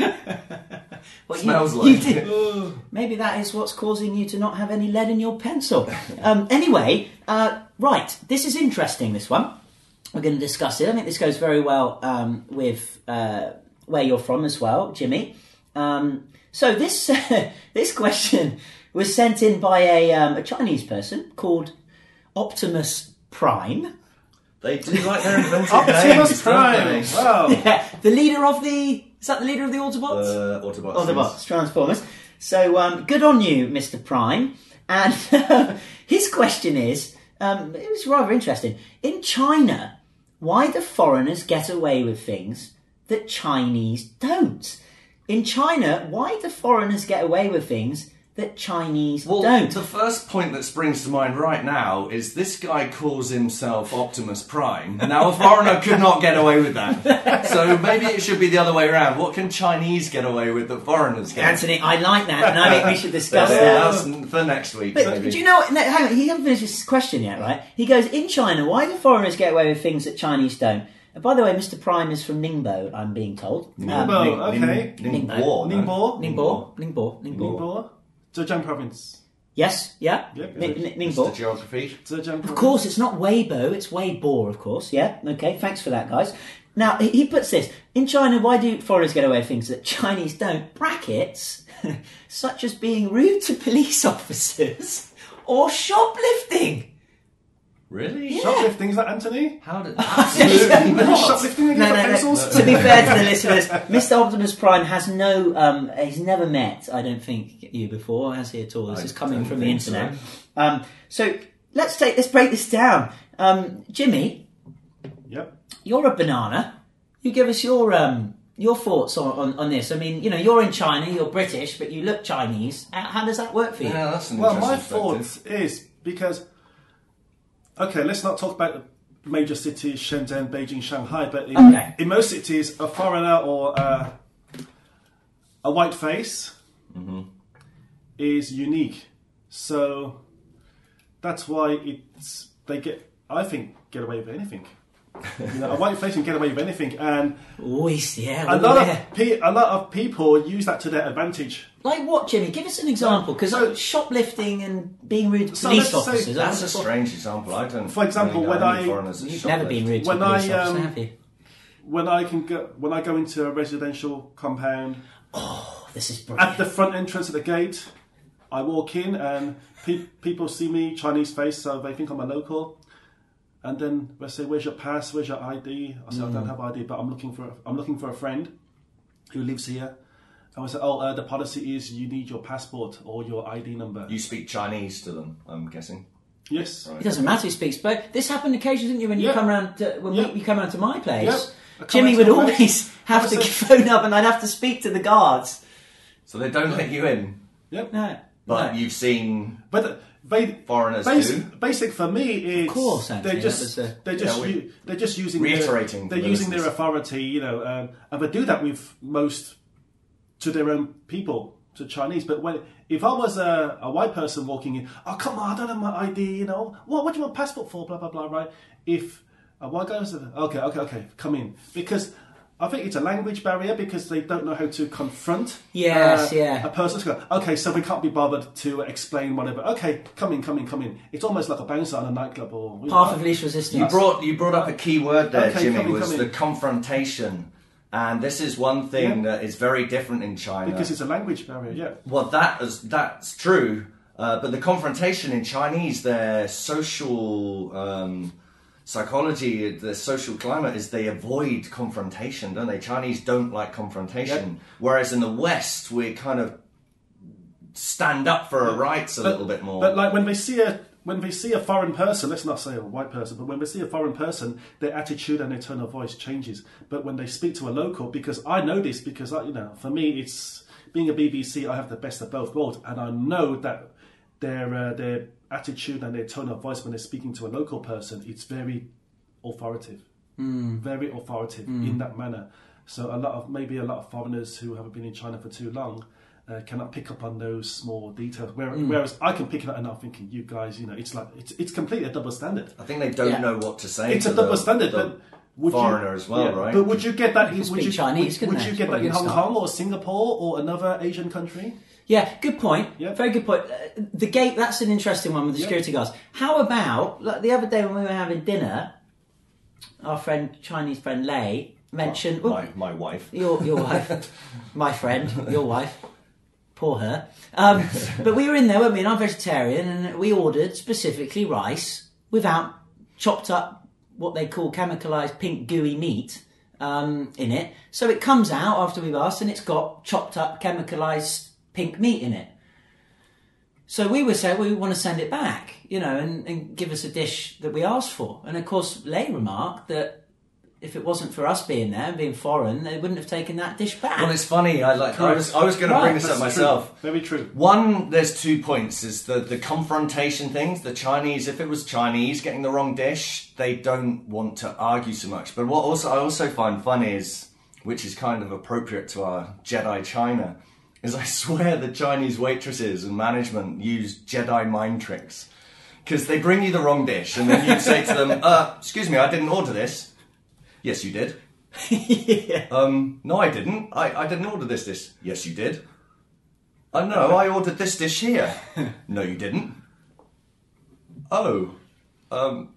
S2: you-
S5: Smells
S2: you
S5: like
S2: did-
S5: it.
S2: Maybe that is what's causing you to not have any lead in your pencil. Um, anyway, uh, right, this is interesting, this one. We're going to discuss it. I think this goes very well um, with uh, where you're from as well, Jimmy. Um, so this this question was sent in by a, um, a Chinese person called Optimus Prime,
S5: They do like their inventive
S4: Optimus
S5: names,
S4: Prime.
S5: don't they?
S4: Wow.
S2: the leader of the is that the leader of the Autobots?
S5: Uh, Autobots.
S2: Autobots, Transformers. So um, good on you, Mr. Prime. And his question is um, it was rather interesting. In China, why do foreigners get away with things that Chinese don't? In China, why do foreigners get away with things that Chinese
S5: Well,
S2: don't?
S5: the first point that springs to mind right now is this guy calls himself Optimus Prime. Now, a foreigner could not get away with that. So maybe it should be the other way around. What can Chinese get away with that foreigners get?
S2: Anthony, I like that, and I think we should
S5: Yeah,
S2: discuss that.
S5: that's n- for next week,
S2: But
S5: maybe.
S2: do you know? No, hang on, he hasn't finished his question yet, right? He goes in China. Why do foreigners get away with things that Chinese don't? And by the way, Mr. Prime is from Ningbo. I'm being told. Um,
S4: Ningbo. Oh, okay.
S5: Ning-
S2: Ningbo.
S5: Ningbo, no?
S4: Ningbo.
S2: Ningbo, Ningbo, Ningbo.
S4: Ningbo. Zhejiang province.
S2: Yes, yeah.
S4: Yep.
S2: Ning- Ning-
S5: Mr.
S2: Ningbo.
S5: Geography.
S4: Zhejiang province.
S2: Of course, it's not Weibo. It's Weibo, of course. Yeah. Okay. Thanks for that, guys. Now he- he puts this in China. Why do foreigners get away with things that Chinese don't? Brackets, such as being rude to police officers or shoplifting.
S5: Really?
S4: Shoplifting, is that Anthony?
S5: How did absolutely not?
S4: Shoplifting against
S2: No,
S4: the
S2: no, no.
S4: pencils?
S2: to be fair to the listeners, Mr. Optimus Prime has no, um, he's never met, I don't think, you before, has he at all? This
S5: I
S2: is coming
S5: don't
S2: from the
S5: think so.
S2: internet. Um, so let's take, let's break this down. Um, Jimmy,
S4: Yep.
S2: you're a banana. You give us your, um, your thoughts on, on, on this. I mean, you know, you're in China, you're British, but you look Chinese. How, how does that work for you?
S5: Yeah, that's an
S4: Well, my
S5: interesting
S4: thoughts
S5: perspective.
S4: is because okay, let's not talk about the major cities Shenzhen, Beijing, Shanghai, but in,
S2: Okay.
S4: in most cities, a foreigner or uh, a white face is unique. So that's why it's they get. I think get away with anything. you know, a white face can get away with anything, and
S2: Always, yeah.
S4: a
S2: oh,
S4: lot
S2: yeah.
S4: of pe- a lot of people use that to their advantage.
S2: Like what, Jimmy? Give us an example, because
S4: So-
S2: shoplifting and being rude to
S4: So
S2: police
S4: let's say-
S2: officers.
S5: That's a
S2: that's-
S5: strange example. I don't.
S4: For example,
S5: really know
S4: when
S5: any
S4: I-
S5: foreigners that
S2: You've never
S5: shoplift.
S2: been rude to
S4: When
S2: police
S4: I,
S2: officers,
S4: um,
S2: have you?
S4: When I can go, when I go into a residential compound,
S2: This is
S4: at
S2: brilliant.
S4: the front entrance of the gate, I walk in and pe- people see me, Chinese face, so they think I'm a local. And then they say, "Where's your pass? Where's your ID?" I say, "I don't have ID, but I'm looking for I'm looking for a friend who lives here." And we say, "Oh, uh, the policy is you need your passport or your ID number."
S5: You speak Chinese to them, I'm guessing.
S4: yes.
S2: It doesn't matter who speaks, but this happened occasionally, didn't you? When you
S4: Yeah.
S2: come round, to, when
S4: Yeah.
S2: we, you come round to my
S4: Yep.
S2: place,
S4: I come
S2: Jimmy
S4: round
S2: would
S4: to my place.
S2: always have to
S4: Obviously.
S2: phone up, and I'd have to speak to the guards.
S5: So they don't let you in,
S4: Yep.
S2: No,
S5: but
S2: no.
S5: you've seen
S4: But uh, they
S5: foreigners do.
S4: basic, basic for me is
S2: Of course, Anthony,
S4: they're
S2: that was
S4: just
S2: a-
S4: they're just
S5: Yeah, we-
S4: u- they're just using
S5: Reiterating
S4: their,
S5: for
S4: they're
S5: the
S4: using their
S5: listeners.
S4: authority, you know, um, and they do that with most to their own people, to Chinese. But when if I was a, a white person walking in, oh come on, I don't have my ID, you know, what what do you want passport for, blah blah blah, right? If a white guy was okay, okay, okay, come in because I think it's a language barrier because they don't know how to confront. uh,
S2: Yes, yeah.
S4: A person to go, okay, so we can't be bothered to explain whatever. Okay, come in, come in, come in. It's almost like a bouncer on a nightclub or
S2: Path of least resistance.
S5: You brought you brought up a key word there,
S4: Okay,
S5: Jimmy,
S4: come in,
S5: was
S4: come in.
S5: the confrontation. And this is one thing
S4: Yeah.
S5: that is very different in China.
S4: because it's a language barrier. Yeah,
S5: well, that is that's true. Uh, but the confrontation in Chinese, their social um, psychology, their social climate is they avoid confrontation, don't they? Chinese don't like confrontation. Whereas in the West, we kind of stand up for our rights a little bit more.
S4: But like when they see a when they see a foreign person, let's not say a white person, but when they see a foreign person, their attitude and their tone of voice changes. But when they speak to a local, because I know this, because I, you know, for me, it's being a BBC, I have the best of both worlds, and I know that their uh, their attitude and their tone of voice when they're speaking to a local person, it's very authoritative, very authoritative
S5: Mm.
S4: in that manner. So a lot of maybe a lot of foreigners who haven't been in China for too long uh, cannot pick up on those small details. Where,
S5: Mm.
S4: Whereas I can pick it up and I'm thinking, you guys, you know, it's like it's it's completely a double standard.
S5: I think they don't
S2: Yeah.
S5: know what to say.
S4: It's
S5: to
S4: a double
S5: the-
S4: standard.
S5: the
S4: But would
S5: foreigner
S4: you,
S5: as well,
S4: yeah,
S5: right?
S4: But would you get that? In, would
S2: speak
S4: you
S2: Chinese,
S4: Would,
S2: couldn't
S4: would
S2: they?
S4: you get that
S2: Probably
S4: in Hong
S2: start.
S4: Kong or Singapore or another Asian country?
S2: Yeah, good point.
S4: Yeah.
S2: Very good point. Uh, The gate, that's an interesting one with the security guards. How about, like the other day when we were having dinner, our friend, Chinese friend Lei, mentioned, oh,
S5: my, my wife.
S2: your, your wife, my friend, your wife, poor her. Um, but we were in there, weren't we? And I'm vegetarian, and we ordered specifically rice without chopped up what they call chemicalized pink gooey meat um, in it. So it comes out after we've asked, and it's got chopped up chemicalized pink meat in it. So we would say we want to send it back, you know, and, and give us a dish that we asked for. And of course, Lay remarked that if it wasn't for us being there and being foreign, they wouldn't have taken that dish back.
S5: Well, it's funny. I like. I was, I was going to bring this up
S4: That's true.
S5: myself.
S4: Very true.
S5: One, there's two points: is the the confrontation things. The Chinese, if it was Chinese getting the wrong dish, they don't want to argue so much. But what also I also find funny is, which is kind of appropriate to our Jedi China, is I swear the Chinese waitresses and management use Jedi mind tricks because they bring you the wrong dish, and then you say to them, uh, "Excuse me, I didn't order this." Yes, you did. Um, no, I didn't. I, I didn't order this dish. Yes, you did. Uh, no, I ordered this dish here. no, you didn't. Oh, um,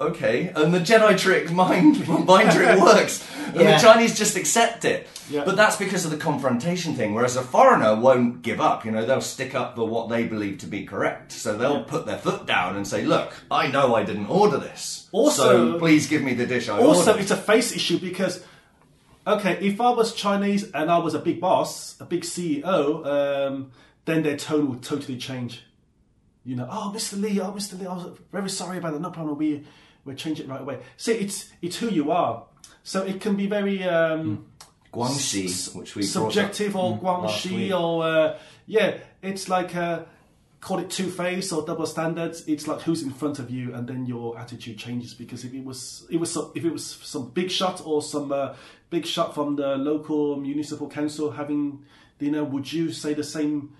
S5: okay. And the Jedi trick, mind, mind trick works. And
S2: Yeah.
S5: the Chinese just accept it.
S4: Yeah.
S5: But that's because of the confrontation thing, whereas a foreigner won't give up. You know, they'll stick up for what they believe to be correct. So they'll put their foot down and say, look, I know I didn't order this.
S4: Also-
S5: so please give me the dish I
S4: also
S5: ordered.
S4: it's a face issue because okay if i was chinese and i was a big boss a big ceo um, then their tone would totally change you know oh mr lee oh mr lee i was very sorry about that no problem we we'll change it right away see it's it's who you are so it can be very um,
S5: Guangxi, which we brought up. Mm,
S4: subjective or guangxi
S5: week.
S4: or uh, yeah it's like uh, call it two face or double standards it's like who's in front of you and then your attitude changes because if it was it was some, if it was some big shot or some uh, big shot from the local municipal council having dinner would you say the same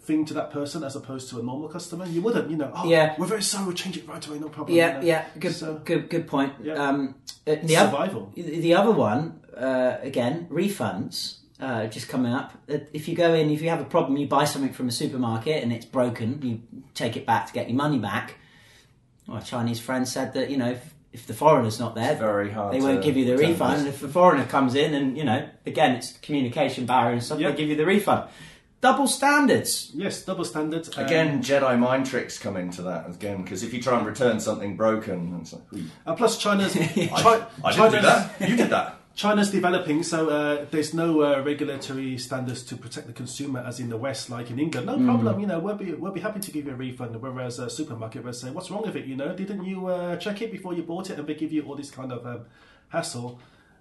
S4: thing to that person as opposed to a normal customer you wouldn't you know oh
S2: Yeah.
S4: we're very sorry we'll change it right away no problem you
S2: Yeah,
S4: know.
S2: yeah, good,
S4: So-
S2: good, good point.
S4: Yeah.
S2: Um, uh, the oth-
S4: survival
S2: the other one, uh, again, refunds. Uh, just coming up. Uh, If you go in, if you have a problem, you buy something from a supermarket and it's broken, you take it back to get your money back. Well, a Chinese friend said that you know if, if the foreigner's not there,
S5: very hard
S2: they won't
S5: to
S2: give you the
S5: turn
S2: refund.
S5: this-
S2: And if the foreigner comes in, and you know, again, it's communication barrier and stuff,
S4: Yeah.
S2: they give you the refund. Double standards.
S4: yes double standards um,
S5: Again, Jedi mind tricks come into that again because if you try and return something broken, it's like, "Ooh,
S4: Uh, and plus china's Chi-
S5: I didn't do
S4: China's-
S5: that. You did that.
S4: China's developing, so uh, there's no uh, regulatory standards to protect the consumer, as in the West, like in England. No problem, you know, we'll be we'll be happy to give you a refund. Whereas a supermarket will say, "What's wrong with it? You know, didn't you uh, check it before you bought it?" And they give you all this kind of um, hassle.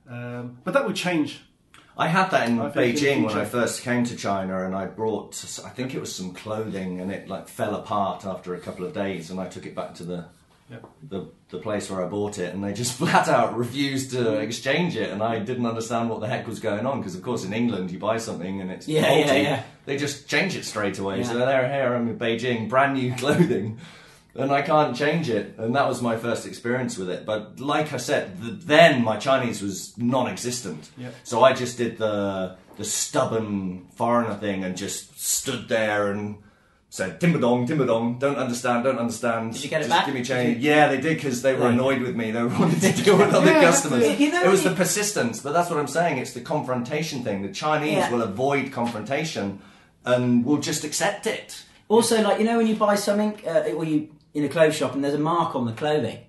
S4: Um, but that would change.
S5: I had that in
S4: I think in
S5: Beijing when
S4: future-
S5: I first came to China, and I brought, I think it was some clothing, and it like fell apart after a couple of days, and I took it back to the
S4: Yep.
S5: the, the place where I bought it, and they just flat out refused to exchange it, and I didn't understand what the heck was going on because, of course, in England you buy something and it's
S2: Yeah,
S5: faulty,
S2: yeah, yeah.
S5: they just change it straight away. So
S2: Yeah.
S5: they're here, I'm in Beijing, brand new clothing. and I can't change it. And that was my first experience with it. But like I said, th then my Chinese was non-existent.
S4: Yeah.
S5: So I just did the the stubborn foreigner thing and just stood there and said timbadong, timbadong. Don't understand, don't understand. Did
S2: you get it
S5: just
S2: back?
S5: Give me
S2: Did
S5: change. Yeah, they did because they were annoyed with me. They wanted to deal with other
S4: Yeah,
S5: customers.
S4: yeah.
S2: You know,
S5: it was
S2: it-
S5: the persistence, but that's what I'm saying. It's the confrontation thing. The Chinese
S2: Yeah.
S5: will avoid confrontation and will just accept it.
S2: Also, like you know, when you buy something, uh, or you in a clothes shop, and there's a mark on the clothing.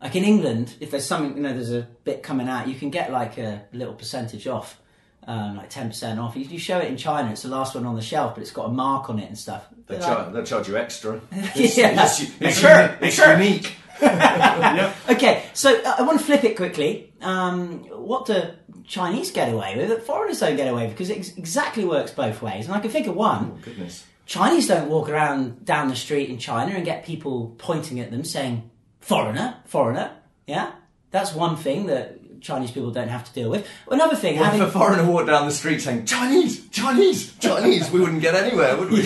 S2: Like in England, if there's something, you know, there's a bit coming out, you can get like a little percentage off, um, like ten percent off. You, you show it in China, it's the last one on the shelf, but it's got a mark on it and stuff.
S5: They
S2: They're
S5: charge, they charge you extra.
S2: like, yeah.
S5: It's, it's, sure, it's unique.
S2: Okay, so uh, I want to flip it quickly. Um, what do Chinese get away with that foreigners don't get away with? Because it ex- exactly works both ways, and I can think of one.
S5: Goodness.
S2: Chinese don't walk around down the street in China and get people pointing at them saying, foreigner, foreigner. Yeah? That's one thing that Chinese people don't have to deal with. Another thing,
S5: Well,
S2: having.
S5: if a foreigner walked down the street saying Chinese, Chinese, Chinese, we wouldn't get anywhere, would we?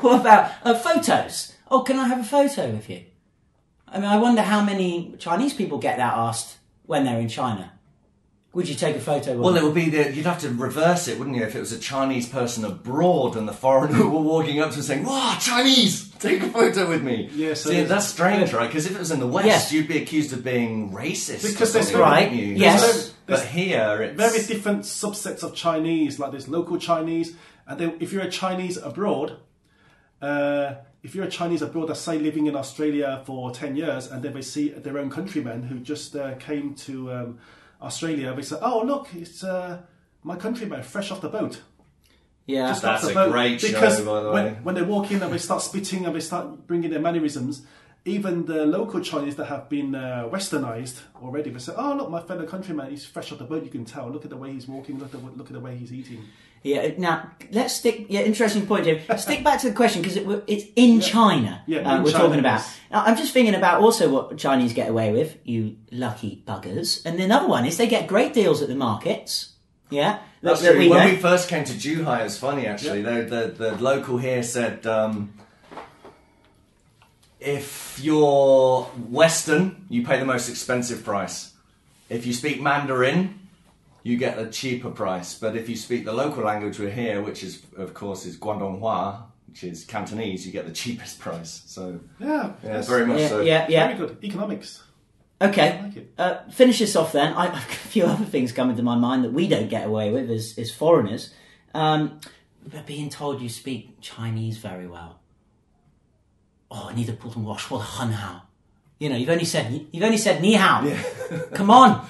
S2: what about uh, photos? Oh, can I have a photo with you? I mean, I wonder how many Chinese people get that asked when they're in China. Would you take a photo?
S5: Well, it would be that you'd have to reverse it, wouldn't you, if it was a Chinese person abroad and the foreigner were walking up to and saying, "Wow, Chinese, take a photo with me."
S4: Yeah, so
S5: See,
S4: there's-
S5: that's strange, right? Because if it was in the West,
S2: Yes.
S5: you'd be accused of being racist. or
S4: Because there's
S5: something,
S4: very-
S5: wouldn't you?
S2: Right, yes.
S5: But here, it's
S4: very different subsets of Chinese, like there's local Chinese, and then if you're a Chinese abroad, uh, if you're a Chinese abroad that's say living in Australia for ten years, and then they see their own countrymen who just uh, came to um, Australia, they say, "Oh look, it's uh, my countrymen fresh off the boat."
S2: yeah.
S4: Just off
S5: That's
S4: the
S5: a
S4: boat.
S5: great show,
S4: because
S5: by the
S4: when,
S5: way.
S4: when they walk in and they start spitting and they start bringing their mannerisms, even the local Chinese that have been uh, westernized already, they say, "Oh, look, my fellow countryman, he's fresh off the boat. You can tell. Look at the way he's walking. Look at the, look at the way he's eating."
S2: Yeah. Now let's stick. Yeah, interesting point, Jim. stick back to the question because it, it's in China.
S4: Yeah,
S2: uh,
S4: in
S2: we're
S4: China,
S2: talking about.
S4: yes.
S2: Now, I'm just thinking about also what Chinese get away with. You lucky buggers. And another one is they get great deals at the markets. Yeah,
S5: That's
S2: that- that
S5: true.
S2: we
S5: when
S2: know.
S5: we first came to Zhuhai, it was funny actually. The, the the local here said, um, if you're Western, you pay the most expensive price. If you speak Mandarin, you get the cheaper price. But if you speak the local language we're here, which is of course is Guangdonghua, which is Cantonese, you get the cheapest price. So
S4: Yeah,
S5: yeah,
S4: yes.
S5: very much
S2: yeah,
S5: so.
S2: yeah, yeah.
S4: Very good economics.
S2: Okay.
S4: like it.
S2: uh, finish this off then. I, a few other things come into my mind that we don't get away with as, as foreigners. Um, but being told you speak Chinese very well. Oh, I need a put and wash. Well, hun hao. You know, you've only said you've only said ni hao. Come on.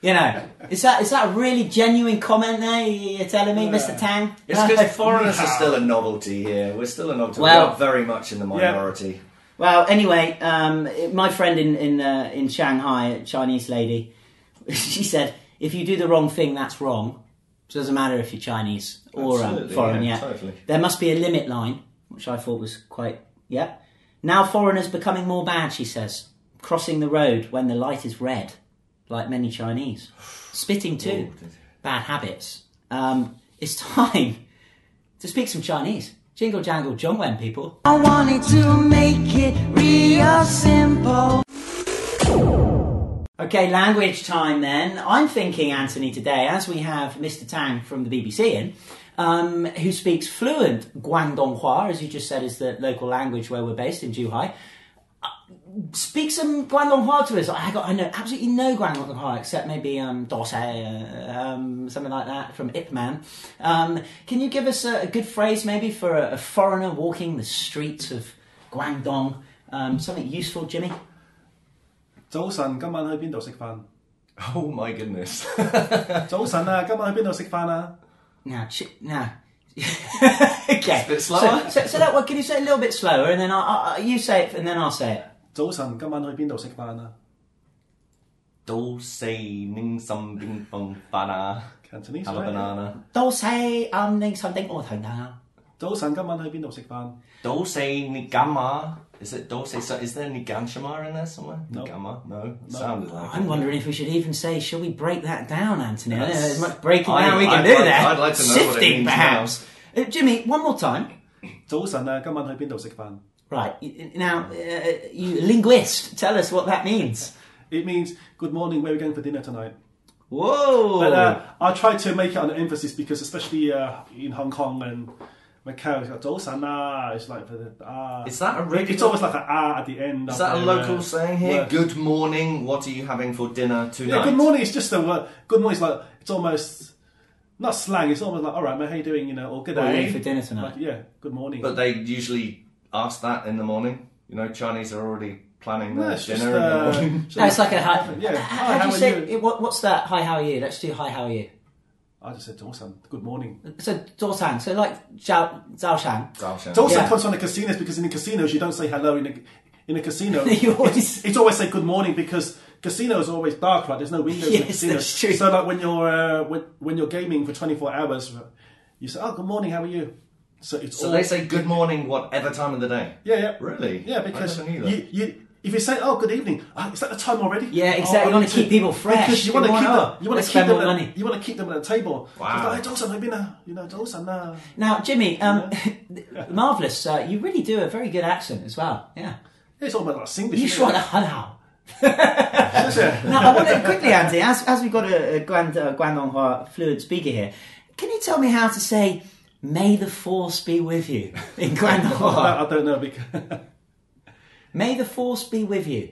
S2: You know, is that is that a really genuine comment there you're telling me, Mr. Tang?
S5: It's because foreigners are still a novelty here. We're still a novelty.
S2: Well-
S5: We're not very much in the minority.
S2: Well, anyway, um, my friend in in uh, in Shanghai, a Chinese lady, she said, "If you do the wrong thing, that's wrong. So it doesn't matter if you're Chinese or um,
S5: Absolutely,
S2: foreign.
S5: yeah,
S2: Yeah,
S5: totally.
S2: there must be a limit line, which I thought was quite yeah. Now foreigners becoming more bad, she says, crossing the road when the light is red, like many Chinese, spitting too, bad habits. Um, it's time to speak some Chinese. Jingle jangle, John Wen, people.
S3: I wanted to make it real simple.
S2: Okay, language time then. I'm thinking, Anthony, today, as we have Mr. Tang from the BBC in, um, who speaks fluent Guangdonghua, as you just said, is the local language where we're based in Zhuhai. Uh, Speak some Guangdonghua to us. I got, I know absolutely no Guangdonghua except maybe um, Dosai, uh, um, something like that from Ip Man. Um, can you give us a, a good phrase maybe for a, a foreigner walking the streets of Guangdong? Um, something useful, Jimmy?
S4: 早晨，今晚去邊度食飯？早晨啊，今晚去邊度食飯啊？uh,
S5: Oh my goodness.
S2: Now, ch- now. okay.
S5: bit
S2: So,
S5: slower.
S2: so, so that one, can you say it a little bit slower, and then I, I, I- you say it, and then I'll say it.
S4: 早晨，今晚去邊度食飯啊？Cantonese,
S5: Do say ning some bing bong fana. Have a
S4: right?
S5: banana.
S2: Don't say I'm doing um, something or thing now.
S4: 早晨，今晚去邊度食飯？
S5: Do say nigama. Is it do say so? Is there niganshama in there somewhere? Nigama? No. It Sounded like.
S2: I'm wondering if we should even say, should we break that down, Anthony? I don't know
S5: That's-
S2: There's much breaking
S5: I-
S2: down we can
S5: I'd
S2: do
S5: like-
S2: there.
S5: I'd like to know what it
S2: Sifting,
S5: means
S2: perhaps. Uh, Jimmy, one more time.
S4: 早晨啊，今晚去邊度食飯？
S2: Right. Right y- y- now, uh, you linguist, tell us what that means.
S4: It means good morning. Where are we going for dinner tonight?
S2: Whoa!
S4: But uh, I try to make it an emphasis because, especially uh, in Hong Kong and Macau, it's like dosan ah. It's like for the ah.
S5: Is that a regular-
S4: It's always like an ah at the uh, end.
S5: Is that a local saying here?
S4: Good.
S5: Good morning. What are you having for dinner tonight?
S4: Yeah, good morning. It's just a word. Good morning is like it's almost not slang. It's almost like all right, mate. How you doing? You know, or good
S2: What are you
S4: day
S2: doing for dinner tonight?
S4: Like, yeah, good morning.
S5: But they usually ask that in the morning. You know, Chinese are already planning
S4: No,
S5: their
S4: it's
S5: dinner
S4: just,
S5: in the
S4: uh,
S5: morning.
S2: No, it's like a hi.
S4: Yeah.
S2: How,
S4: Hi,
S2: do
S4: how
S2: you
S4: are
S2: say
S4: you?
S2: it- what, what's that? Hi, how are you? Let's do hi, how are you?
S4: I just said dosan. Good morning.
S2: So Zhao So like Zhao Zhao Shang.
S4: It also
S2: Yeah.
S4: comes from the casinos because in the casinos you don't say hello in a in a casino.
S2: You always-
S4: it's, it's always say good morning because casinos are always dark, right? There's no windows in
S2: Yes,
S4: casinos.
S2: that's true.
S4: So like when you're uh, when, when you're gaming for 24 hours, you say, "Oh, good morning. How are you?" So it's
S5: so
S4: all-
S5: they say good morning whatever time of the day.
S4: yeah, yeah,
S5: Really?
S4: yeah, because
S5: I never knew that.
S4: you, you if you say, "Oh, good evening," oh, is that the time already?
S2: Yeah,
S4: Oh,
S2: exactly.
S4: I
S2: You wanna
S4: need
S2: keep people fresh.
S4: Because you want to
S2: Come on
S4: keep them.
S2: up.
S4: You want
S2: Let's
S4: to
S2: spend
S4: keep them.
S2: more
S4: At,
S2: money.
S4: You want to keep them at the table. So
S5: Wow.
S4: it's like, "Hey, Dawson, I've been a- you know, Dawson, uh,
S2: Now, Jimmy, um, marvelous. Uh, you really do a very good accent as well. Yeah.
S4: it's all about like Singlish.
S2: You
S4: isn't
S2: shuan
S4: it?
S2: how.
S4: It's just, uh,
S2: Now, I want to quickly, Andy, as, as we've got a, a Guand, uh, Guangdonghua fluent speaker here, can you tell me how to say "May the force be with you" in Guangdonghua?
S4: I don't know because.
S2: May the force be with you.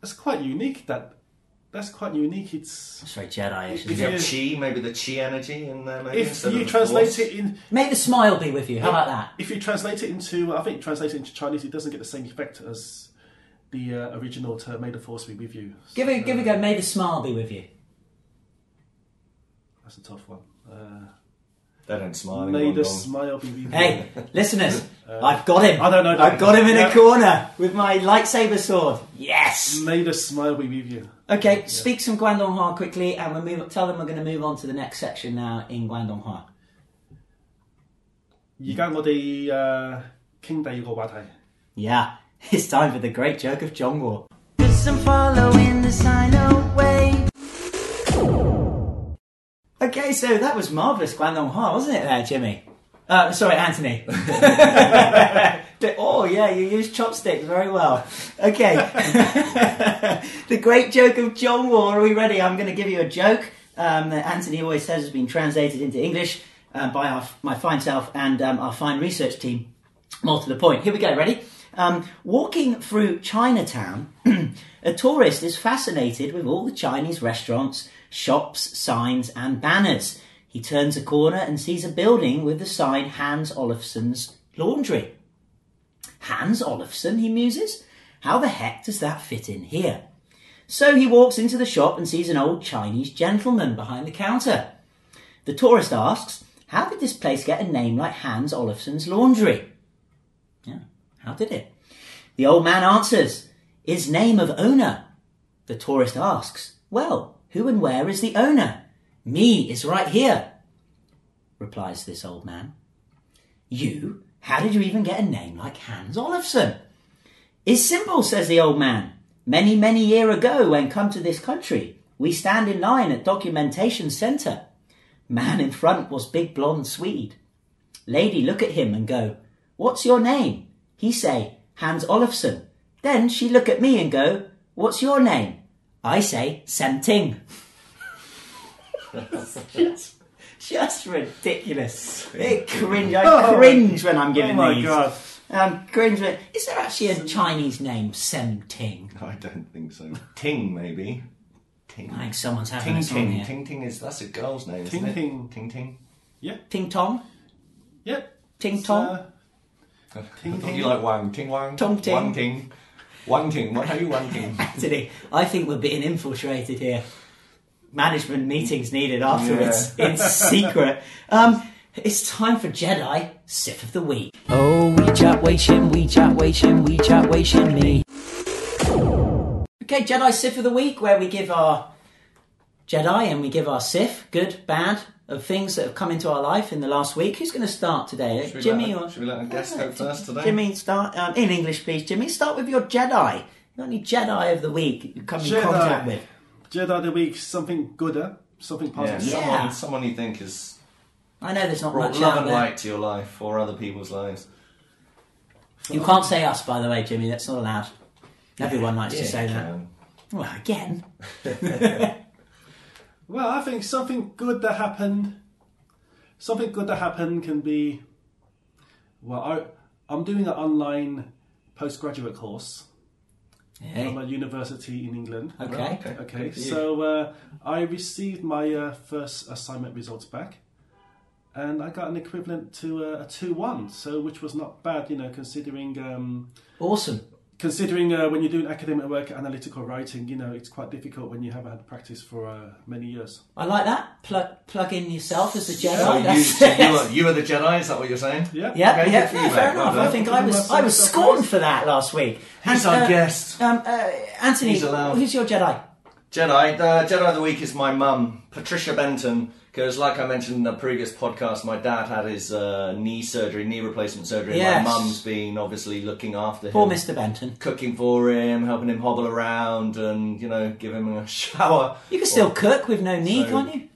S4: that's quite unique. That that's quite unique. It's
S2: That's very Jedi-ish.
S4: If
S2: Isn't
S4: you-
S2: it?
S5: Yeah, chi, maybe the chi energy in there. Maybe
S4: if
S5: instead
S4: you
S5: of the
S4: translate
S5: force.
S4: it in,
S2: May the smile be with you. How about that?
S4: if you translate it into, I think translate it into Chinese, it doesn't get the same effect as the uh, original term. May the force be with you.
S2: Give it, give it a go. May the smile be with you.
S4: That's a tough one. Uh,
S5: they don't smile. in
S4: may the
S5: Guangdong.
S4: smile be with you.
S2: Hey, listeners, I've got him.
S4: Uh, I don't know that
S2: I've got him in
S4: Yeah.
S2: a corner with my lightsaber sword. Yes.
S4: May the smile be with you.
S2: Okay, speak some Guangdonghua quickly, and we'll move. Tell them we're going to move on to the next section now in Guangdonghua.
S4: 而家我哋誒、呃、傾第二個話題。
S2: Yeah, it's time for the great joke of John War.
S3: Cause I'm following the sign away.
S2: Okay, so that was marvelous Guangdonghua, wasn't it, there, Jimmy? Uh, sorry, Anthony. oh yeah, you use chopsticks very well. Okay, the great joke of John War. Are we ready? I'm going to give you a joke um, that Anthony always says has been translated into English uh, by our, my fine self and um, our fine research team. More to the point. Here we go. Ready? Um, walking through Chinatown, a tourist is fascinated with all the Chinese restaurants, shops, signs, and banners. He turns a corner and sees a building with the sign Hans Olafson's Laundry. Hans Olafson, he muses. How the heck does that fit in here? So he walks into the shop and sees an old Chinese gentleman behind the counter. The tourist asks, How did this place get a name like Hans Olafson's Laundry? Yeah, how did it? The old man answers, Is name of owner. The tourist asks, Well, who and where is the owner? Me is right here, replies this old man. You? How did you even get a name like Hans Olafsson? It's simple, says the old man. Many, many year ago, when come to this country, we stand in line at documentation centre. Man in front was big blonde Swede. Lady look at him and go, What's your name? He say, Hans Olafsson. Then she look at me and go, What's your name? I say, Sam Ting. just, just ridiculous. It cringe. I cringe when I'm
S4: Oh
S2: giving
S4: my
S2: these.
S4: god!
S2: Um, cringe. but Is there actually a Chinese name, Sem Ting?
S5: I don't think so. Ting maybe. Ting.
S2: I think someone's having
S5: Ting
S2: us on
S5: Ting.
S2: here.
S5: Ting Ting is that's a girl's name.
S4: Ting
S5: isn't
S4: Ting.
S5: It? Ting Ting.
S2: Ting Tong?
S4: Yep.
S2: Ting
S4: It's,
S2: Tong?
S4: uh, Ting Ting.
S5: You like Wang Ting Wang.
S2: Tong Ting.
S5: Wang Ting. Wang Ting. What are you Wang Ting?
S2: Anthony, I think we're being infiltrated here. Management meetings needed afterwards in secret. Um, it's time for Jedi Sip of the Week.
S3: Oh, we chat, wei shin, we chat, wei shin, we chat, wei shin me.
S2: Okay, Jedi Sip of the Week, where we give our Jedi and we give our Sif, good, bad, of things that have come into our life in the last week. Who's going to start today?
S5: Should we
S2: Jimmy
S5: let,
S2: or.
S5: Should we let a guest go first today?
S2: Jimmy, start um, in English, please. Jimmy, start with your Jedi. The only Jedi of the week you come in
S4: Jedi.
S2: contact with.
S4: Jedi of the week. Something gooder. Something
S5: Yeah.
S4: positive.
S5: Someone,
S2: Yeah.
S5: someone you think has
S2: I know there's not
S5: brought
S2: much
S5: love
S2: out
S5: and
S2: there.
S5: light to your life or other people's lives.
S2: You can't say us, by the way, Jimmy. That's not allowed. Everyone likes to say that.
S5: Um,
S2: Well, again.
S4: Well, I think something good that happened. Something good that happened can be. Well, I, I'm doing an online postgraduate course from
S2: Hey.
S4: a university in England.
S2: Okay.
S5: okay.
S4: Okay,
S5: Good for you.
S4: so uh, I received my uh, first assignment results back, and I got an equivalent to a, a two-one, so which was not bad, you know, considering um,
S2: Awesome.
S4: considering uh, when you're doing academic work, analytical writing, you know, it's quite difficult when you haven't had practice for uh, many years.
S2: I like that. Plug plug in yourself as a Jedi.
S5: So you,
S2: That's-
S5: so you, are, you are the Jedi, is that what you're saying?
S4: Yeah.
S2: Yeah,
S5: Okay,
S2: yeah,
S5: good for you,
S2: yeah, fair
S5: mate.
S2: enough.
S5: Well
S2: I think
S4: done.
S2: I was I was scorned for that last week.
S5: He's
S2: And,
S5: our
S2: uh,
S5: guest.
S2: Um, uh, Anthony,
S5: He's allowed.
S2: who's your Jedi?
S5: Jedi, the Jedi of the Week is my mum, Patricia Benton, because like I mentioned in the previous podcast, my dad had his uh, knee surgery, knee replacement surgery, and
S2: Yes.
S5: my mum's been obviously looking after
S2: Poor
S5: him.
S2: Mr. Benton.
S5: Cooking for him, helping him hobble around, and you know, give him a shower.
S2: You can still cook with no knee,
S5: So-
S2: can't you?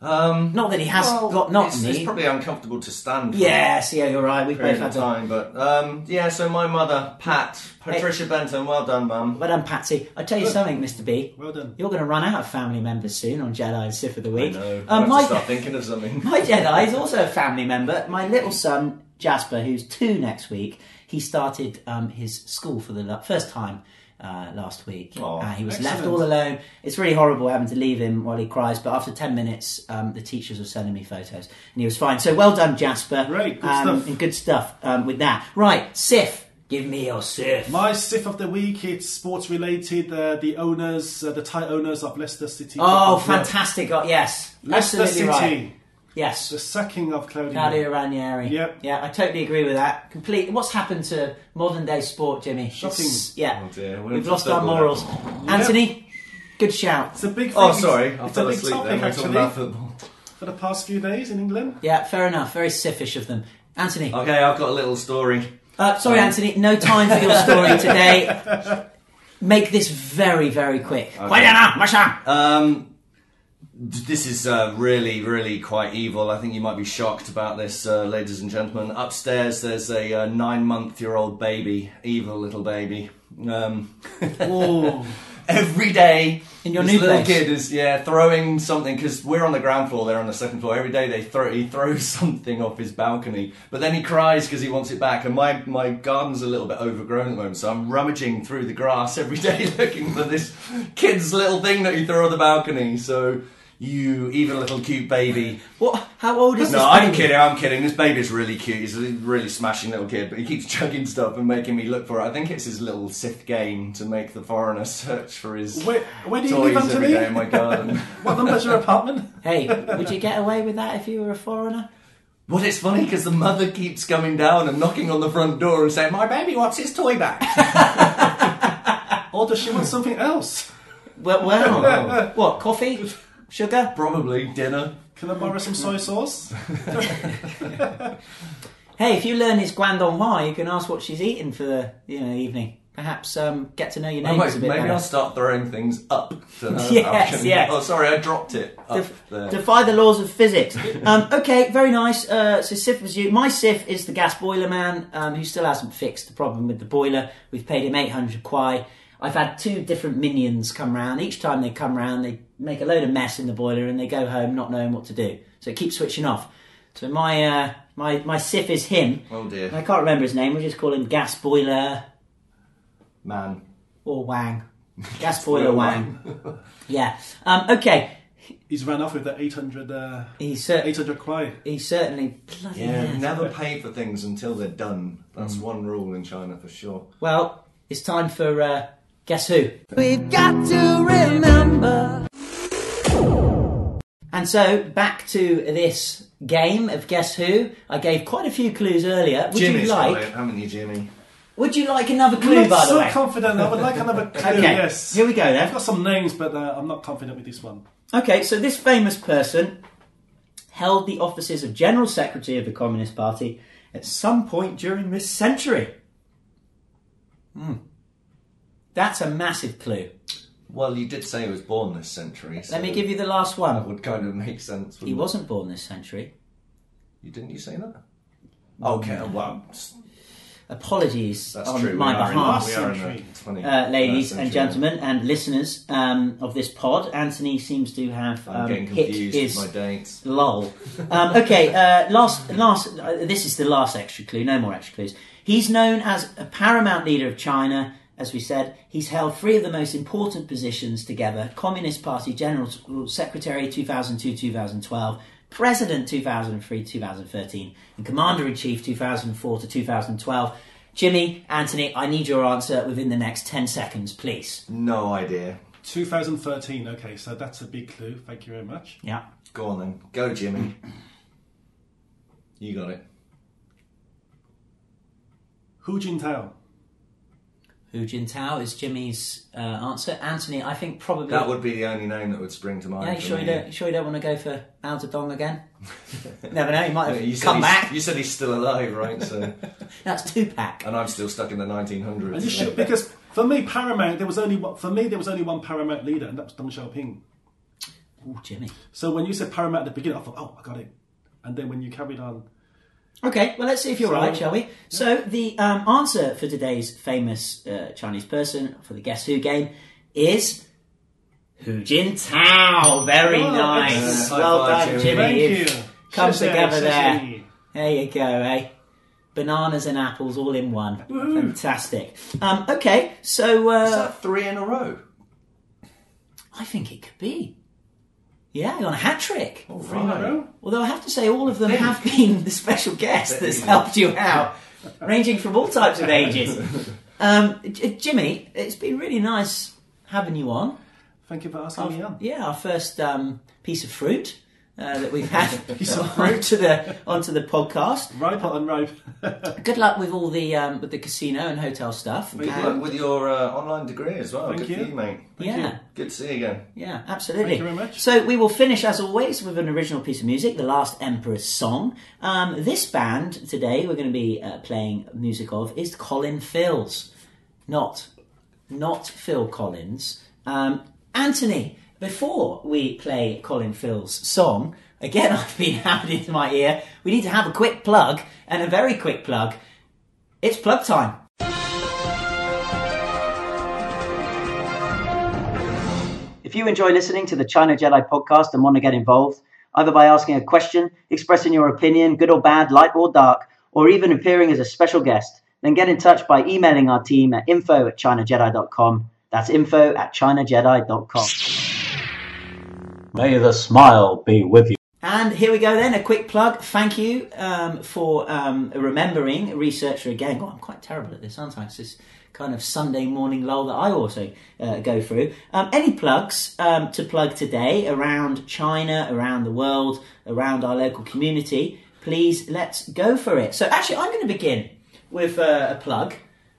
S5: Um,
S2: Not that he has
S5: well,
S2: got not
S5: it's,
S2: knee.
S5: it's probably uncomfortable to stand. For
S2: yes, yeah, you're right. We've
S5: a
S2: both
S5: Period
S2: had
S5: of
S2: that.
S5: time, but um, yeah. So my mother, Pat, Patricia Benton, well done, mum.
S2: Well done, Patsy. I tell you something, Mr. B.
S4: Well done.
S2: You're going to run out of family members soon on Jedi and Sith of the
S5: I
S2: Week.
S5: know. I
S2: Um,
S5: have to
S2: my,
S5: start thinking of something.
S2: my Jedi is also a family member. My little son Jasper, who's two next week, he started um, his school for the lo- first time. Uh, last week,
S5: Aw,
S2: uh, he was left
S4: excellent.
S2: all alone. It's really horrible having to leave him while he cries. But after ten minutes, um, the teachers were sending me photos, and he was fine. So well done, Jasper.
S4: Great, good
S2: um,
S4: stuff.
S2: and good stuff um, with that. Right, Sif, give me your Sif.
S4: My sip of the week, it's sports related. Uh, the owners, uh, the Thai owners of Leicester City. Football
S2: Oh,
S4: Club.
S2: fantastic! Oh, yes,
S4: Leicester
S2: absolutely
S4: City,
S2: right.
S4: the
S2: Yes,
S4: sacking of Claudio.
S2: Claudio Ranieri.
S4: Yep.
S2: Yeah, I totally agree with that. Complete. What's happened to modern day sport, Jimmy?
S4: Shocking.
S2: It's- yeah,
S5: Oh, dear. We're
S2: we've
S5: into
S2: lost our
S5: football now.
S2: morals. Anthony, good shout.
S4: It's a big.
S5: Oh,
S4: thing.
S5: sorry,
S4: It's,
S5: I
S4: it's a
S5: fell
S4: big
S5: asleep
S4: topic
S5: then. We're
S4: actually
S5: talking about football.
S4: for the past few days in England.
S2: Yeah, fair enough. Very siffish of them. Anthony,
S5: Okay, I've got a little story.
S2: uh, sorry,
S5: um,
S2: Anthony, no time for your story today. Make this very, very quick. Why not? What's up?
S5: Um, this is uh, really, really quite evil. I think you might be shocked about this, uh, ladies and gentlemen. Upstairs, there's a uh, nine-month-year-old baby, evil little baby. Um,
S4: Oh,
S5: every day,
S2: In your
S5: this
S2: new
S5: little
S2: place?
S5: kid is yeah throwing something because we're on the ground floor, they're on the second floor. Every day they throw he throws something off his balcony, but then he cries because he wants it back. And my my garden's a little bit overgrown at the moment, so I'm rummaging through the grass every day looking for this kid's little thing that he threw on the balcony. So. You evil little cute baby.
S2: What? How old is this?
S5: No, I'm
S2: baby?
S5: kidding, I'm kidding. This baby's really cute. He's a really smashing little kid, but he keeps chugging stuff and making me look for it. I think it's his little Sith game to make the foreigner search for his
S4: where, where do you
S5: toys
S4: live,
S5: every day in
S4: Anthony?
S5: my garden.
S4: What number's your apartment?
S2: Hey, would you get away with that if you were a foreigner?
S5: well, it's funny because the mother keeps coming down and knocking on the front door and saying, "My baby wants his toy back."
S4: Or does she want something else?
S2: Well, well. what? Coffee? Sugar?
S5: Probably dinner.
S4: Can I borrow some soy sauce?
S2: Hey, if you learn his Guangdonghua, you can ask what she's eating for the you know evening. Perhaps um, get to know your
S5: Oh,
S2: neighbours
S5: wait,
S2: a
S5: maybe
S2: bit
S5: I'll
S2: better.
S5: start throwing things up. To her
S2: Yes,
S5: balcony.
S2: yes.
S5: Oh, sorry, I dropped it up
S2: Def-
S5: there.
S2: defy the laws of physics. um, okay, very nice. Uh, so Sif was you. My Sif is the gas boiler man um, who still hasn't fixed the problem with the boiler. We've paid him 800 kwai. I've had two different minions come round. Each time they come round, they make a load of mess in the boiler and they go home not knowing what to do. So it keeps switching off. So my uh, my my Sif is him.
S5: oh
S2: I
S5: dear,
S2: can't remember his name. We'll just call him Gas Boiler
S5: man.
S2: or Wang. Gas Boiler Wang. Yeah. Um, okay.
S4: He's ran off with that 800, uh,
S2: He, cer-
S4: 800 kwai.
S2: he certainly. Bloody
S5: Yeah,
S2: hell.
S5: never pay for things until they're done.
S2: Mm.
S5: That's one rule in China for sure.
S2: Well, it's time for uh, Guess Who.
S3: We've got to remember.
S2: And so back to this game of Guess Who. I gave quite a few clues earlier. Would
S5: Jimmy's
S2: you like?
S5: got it, haven't you, Jimmy?
S2: Would you like another clue?
S4: I'm
S2: By
S4: not
S2: the
S4: so
S2: way.
S4: confident. I would like another clue,
S2: okay.
S4: yes.
S2: Here we go
S4: I've
S2: then.
S4: got some names, but uh, I'm not confident with this one.
S2: Okay, so this famous person held the offices of General Secretary of the Communist Party at some point during this century. Hmm. That's a massive clue.
S5: Well, you did say he was born this century. So
S2: Let me give you the last
S5: That
S2: one.
S5: would kind of make sense.
S2: He
S5: wouldn't it?
S2: wasn't born this century.
S5: You didn't you say that? Okay, well, s-
S2: apologies
S5: That's
S2: on
S5: true.
S2: my
S5: we are
S2: behalf.
S4: last
S5: in, we are in
S4: century.
S5: the 20th
S2: uh, ladies and
S5: century.
S2: gentlemen and listeners um, of this pod. Anthony seems to have
S5: I'm
S2: um,
S5: getting
S2: hit
S5: confused
S2: his
S5: with my dates.
S2: lol. Um, okay, uh, last, last. Uh, this is the last extra clue. No more extra clues. He's known as a paramount leader of China. As we said, he's held three of the most important positions together: Communist Party General uh, Secretary 2002-2012, President 2003-2013, and Commander in Chief 2004 to 2012. Jimmy, Anthony, I need your answer within the next 10 seconds, please.
S5: No idea.
S4: 2013. Okay, so that's a big clue. Thank you very much.
S2: Yeah.
S5: Go on then. Go, Jimmy. You got it.
S4: Hu Jintao.
S2: Hu Jintao is Jimmy's uh, answer. Anthony, I think probably
S5: That would be the only name that would spring to mind.
S2: Yeah, you
S5: for
S2: sure you
S5: me.
S2: don't? You sure you don't want to go for Mao Zedong again? Never know. He might
S5: Yeah,
S2: have
S5: You said
S2: come
S5: he's- Um,
S2: back.
S5: You said he's still alive, right? So,
S2: That's Tupac.
S5: and I'm still stuck in the 1900s.
S4: And you should, because for me, Paramount, there was only one, for me there was only one Paramount leader, and that was Deng Xiaoping.
S2: Oh, Jimmy.
S4: So when you said Paramount at the beginning, I thought, oh, I got it. And then when you carried on,
S2: Okay, well, let's see if you're
S4: So-
S2: right, shall we? So the um, answer for today's famous uh, Chinese person for the Guess Who game is Hu Jintao. Very
S4: Well,
S2: nice.
S5: excellent.
S2: Oh, well
S5: High five,
S2: done,
S5: Jimmy.
S2: Jimmy.
S4: thank you.
S2: You've come
S4: Shazam,
S2: together there.
S4: shazam.
S2: There you go, eh? Bananas and apples all in one. Fantastic. Um, okay, so uh,
S5: Is that three in a row?
S2: I think it could be. Yeah, on a hat trick.
S5: All
S4: Three in a row?
S2: Although I have to say, all of them have been the special guest that's helped you out, ranging from all types of ages. Um, J- Jimmy, it's been really nice having you on.
S4: Thank you for asking me on.
S2: Yeah, our first um, piece of fruit uh, that we've had piece of fruit to the onto the podcast.
S4: Ripe or unripe?
S2: Good luck with all the um, with the casino and hotel stuff.
S5: Good
S2: And-
S5: luck with your uh, online degree as well.
S4: Thank
S5: Good
S4: you.
S5: for you, mate.
S2: yeah.
S5: Good to see you again.
S2: Yeah, absolutely.
S4: Thank you very much.
S2: So we will finish, as always, with an original piece of music, the Last Emperor's Song. Um, this band today we're going to be uh, playing music of is Colin Phil's, not not Phil Collins. Um, Anthony, before we play Colin Phil's song, again I've been hammered into my ear. We need to have a quick plug and a very quick plug. It's plug time. If you enjoy listening to the China Jedi podcast and want to get involved, either by asking a question, expressing your opinion, good or bad, light or dark, or even appearing as a special guest, then get in touch by emailing our team at info at chinajedi.com. That's info at chinajedi.com. May the smile be with you. And here we go then, a quick plug. Thank you um, for um, remembering researcher again. God, I'm quite terrible at this, aren't I? It's this kind of Sunday morning lull that I also uh, go through. Um, any plugs um, to plug today around China, around the world, around our local community? Please, let's go for it. So actually, I'm going to begin with uh, a plug.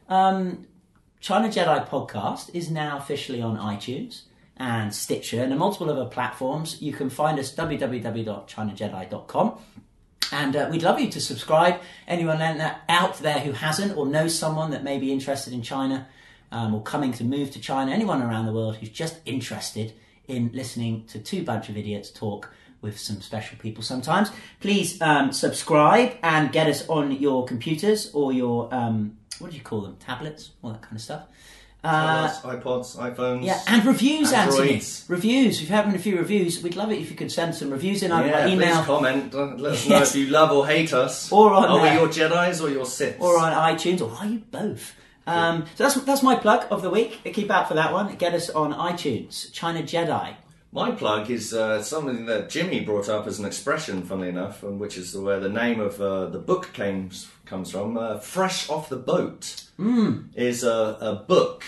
S2: Um, China Jedi podcast is now officially on iTunes and Stitcher and a multiple other platforms. You can find us www.chinajedi.com. And uh, we'd love you to subscribe. Anyone out- out there who hasn't or knows someone that may be interested in China um, or coming to move to China, anyone around the world who's just interested in listening to two bunch of idiots talk with some special people sometimes, please um, subscribe and get us on your computers or your, um, what do you call them, tablets, all that kind of stuff. Uh,
S5: iPods, iPhones.
S2: yeah, and reviews,
S5: Androids.
S2: Anthony. Reviews. We've had a few reviews. We'd love it if you could send some reviews in either
S5: Yeah,
S2: by
S5: please
S2: email
S5: comment. Don't- Let us
S2: Yes.
S5: know if you love or hate us.
S2: Or on,
S5: Are
S2: uh,
S5: we your Jedi's or your Siths?
S2: or on iTunes, or are you both? Um, so that's that's my plug of the week. Keep out for that one. Get us on iTunes, China Jedi.
S5: My plug is uh, something that Jimmy brought up as an expression, funnily enough, and which is where the name of uh, the book came, comes from. Uh, Fresh off the boat
S2: Hmm.
S5: is a, a book,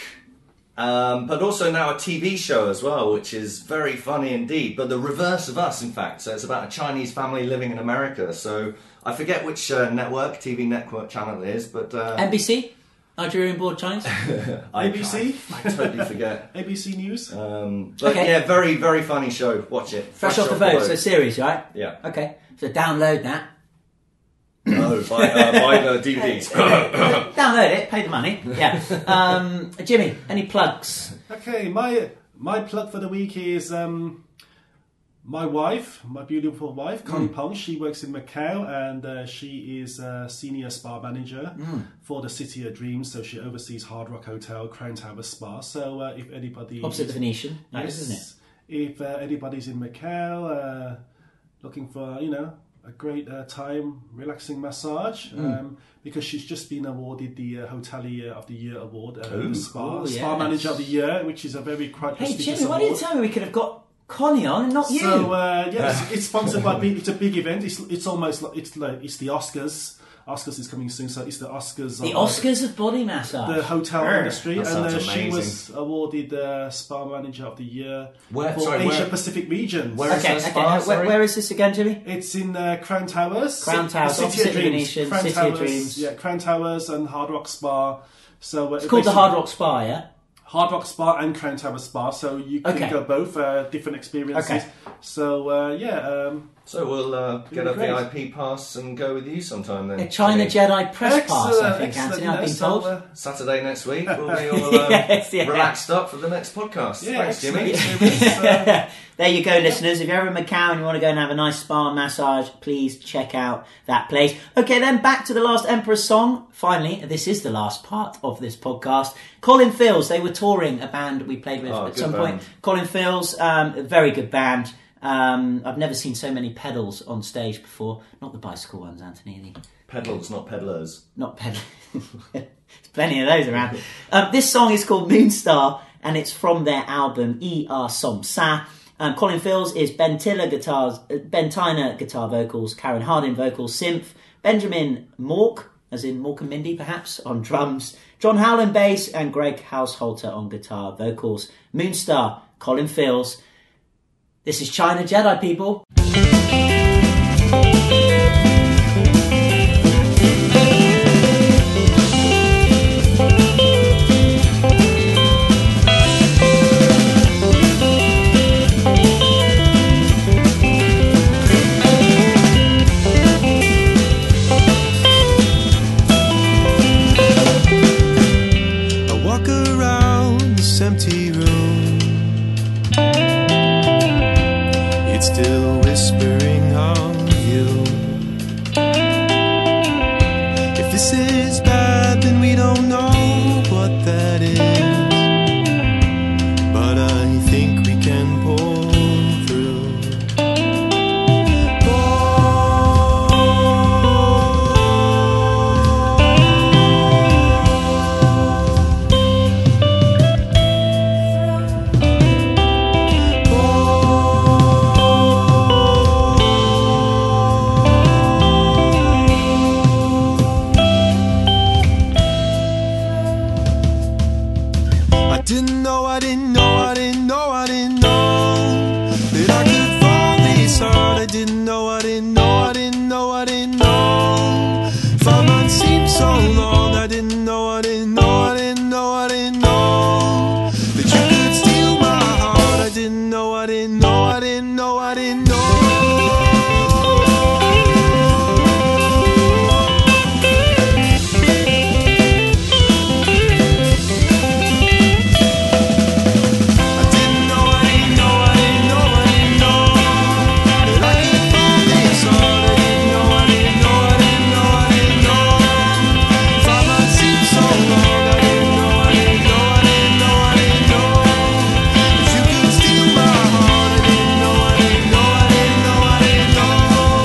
S5: um, but also now a TV show as well, which is very funny indeed. But the reverse of us, in fact. So it's about a Chinese family living in America. So I forget which uh, network, TV network channel it is, but uh,
S2: NBC, Nigerian Board Chinese.
S5: I-
S4: ABC?
S5: I, I totally forget.
S4: ABC News?
S2: Uh,
S5: Um, but
S2: Okay.
S5: yeah, very very funny show. Watch it.
S2: Fresh off the boat, so series, right?
S5: Yeah.
S2: Okay, so download that.
S5: No, by, uh, by the DVDs.
S2: download it. Pay the money. Yeah. Um, Jimmy, any plugs?
S4: Okay, my my plug for the week is um, my wife, my beautiful wife, Connie
S2: Hmm.
S4: Pong, she works in Macau and uh, she is a senior spa manager
S2: Hmm.
S4: for the City of Dreams. So she oversees Hard Rock Hotel, Crown Tower Spa. So uh, if anybody
S2: Opposite the Venetian, that is,
S4: Yes.
S2: isn't it?
S4: If uh, anybody's in Macau uh, looking for, you know, a great uh, time relaxing massage,
S2: Mm.
S4: um, because she's just been awarded the uh, Hotelier of the Year award, uh, the spa,
S2: Ooh,
S4: spa
S2: yes.
S4: manager of the year, which is a very quite
S2: Hey,
S4: prestigious
S2: Jimmy, why
S4: award.
S2: didn't you tell me we could have got Connie on and not you?
S4: So uh, yeah, it's, it's sponsored by. Big, it's a big event. It's it's almost like it's like it's the Oscars. Oscars is coming soon, so it's the Oscars. uh,
S2: the Oscars of body massage.
S4: The hotel
S2: Brr.
S4: industry,
S5: That
S4: and uh,
S5: sounds
S4: she was
S5: amazing.
S4: awarded uh, Spa Manager of the Year
S5: Where-
S4: for
S5: sorry, where-
S4: Asia Pacific region.
S5: where is
S2: Okay,
S5: Is
S2: okay.
S5: that spa,
S2: uh, where,
S5: sorry?
S2: where is this again, Jimmy?
S4: It's in uh, Crown Towers.
S2: Crown
S4: Ci-
S2: Towers,
S4: City
S2: opposite
S4: of
S2: the
S4: Dreams.
S2: Venetian,
S4: Crown
S2: City of
S4: Towers,
S2: Dreams.
S4: Yeah, Crown Towers and Hard Rock Spa. So uh,
S2: It's called the Hard Rock Spa, yeah?
S4: Hard Rock Spa and Crown Tower Spa. So you can
S2: Okay.
S4: go both uh, different experiences.
S2: Okay.
S4: So uh, yeah, um,
S5: So we'll uh, get
S4: be
S5: a
S4: great.
S5: VIP pass and go with you sometime then.
S2: A China
S5: Jimmy.
S2: Jedi press pass, I
S4: excellent,
S2: think,
S4: excellent.
S2: Anthony. I've
S4: No,
S2: been
S4: so,
S2: told.
S4: uh,
S5: Saturday next week, we'll be all um,
S2: Yes, yeah.
S5: relaxed up for the next podcast.
S4: yeah,
S5: Thanks, Jimmy.
S4: excellent service, uh,
S2: There you go, listeners. If you're ever in Macau and you want to go and have a nice spa massage, please check out that place. Okay, then back to the last Emperor song. Finally, this is the last part of this podcast. Colin Fields, they were touring a band we played with
S5: Oh,
S2: at
S5: good
S2: some
S5: band.
S2: point. Colin Fields, um, a very good band. Um, I've never seen so many pedals on stage before. Not the bicycle ones, Anthony. The
S5: Pedals, not peddlers.
S2: not Penny. There's plenty of those around. Um, this song is called Moonstar, and it's from their album E.R. Som Sa. Um, Colin Fields is Ben Tiller guitars, uh, Ben Tyner guitar vocals, Karen Hardin vocals, synth, Benjamin Mork, as in Mork and Mindy perhaps, on drums, John Howland bass, and Greg Householter on guitar vocals. Moonstar, Colin Fields. This is China Jedi, people.
S6: I walk around this empty room. It's still whispering of you. If this is bad, then we don't know what that is. But I think we can pull through. I didn't know, I didn't know, I didn't know, I didn't know that I could fall this hard. I didn't know, I didn't know, I didn't know, I didn't know. Five months seemed so long. I didn't know, I didn't know, I didn't know, I didn't know that you could steal my heart. I didn't know, I didn't know, I didn't know, I didn't know. I didn't know, I didn't know, I didn't know, I didn't know that I could fall this hard. I didn't know, I didn't know, I didn't know, I didn't know. Five months seemed so long. I didn't know, I didn't know, I didn't know, I didn't know that you could steal my heart. I didn't know, I didn't know, I didn't know, I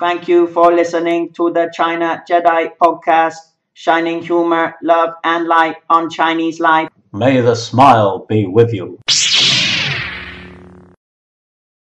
S7: Thank you for listening to the China Jedi podcast, shining humor, love, and light on Chinese life. May the smile be with you.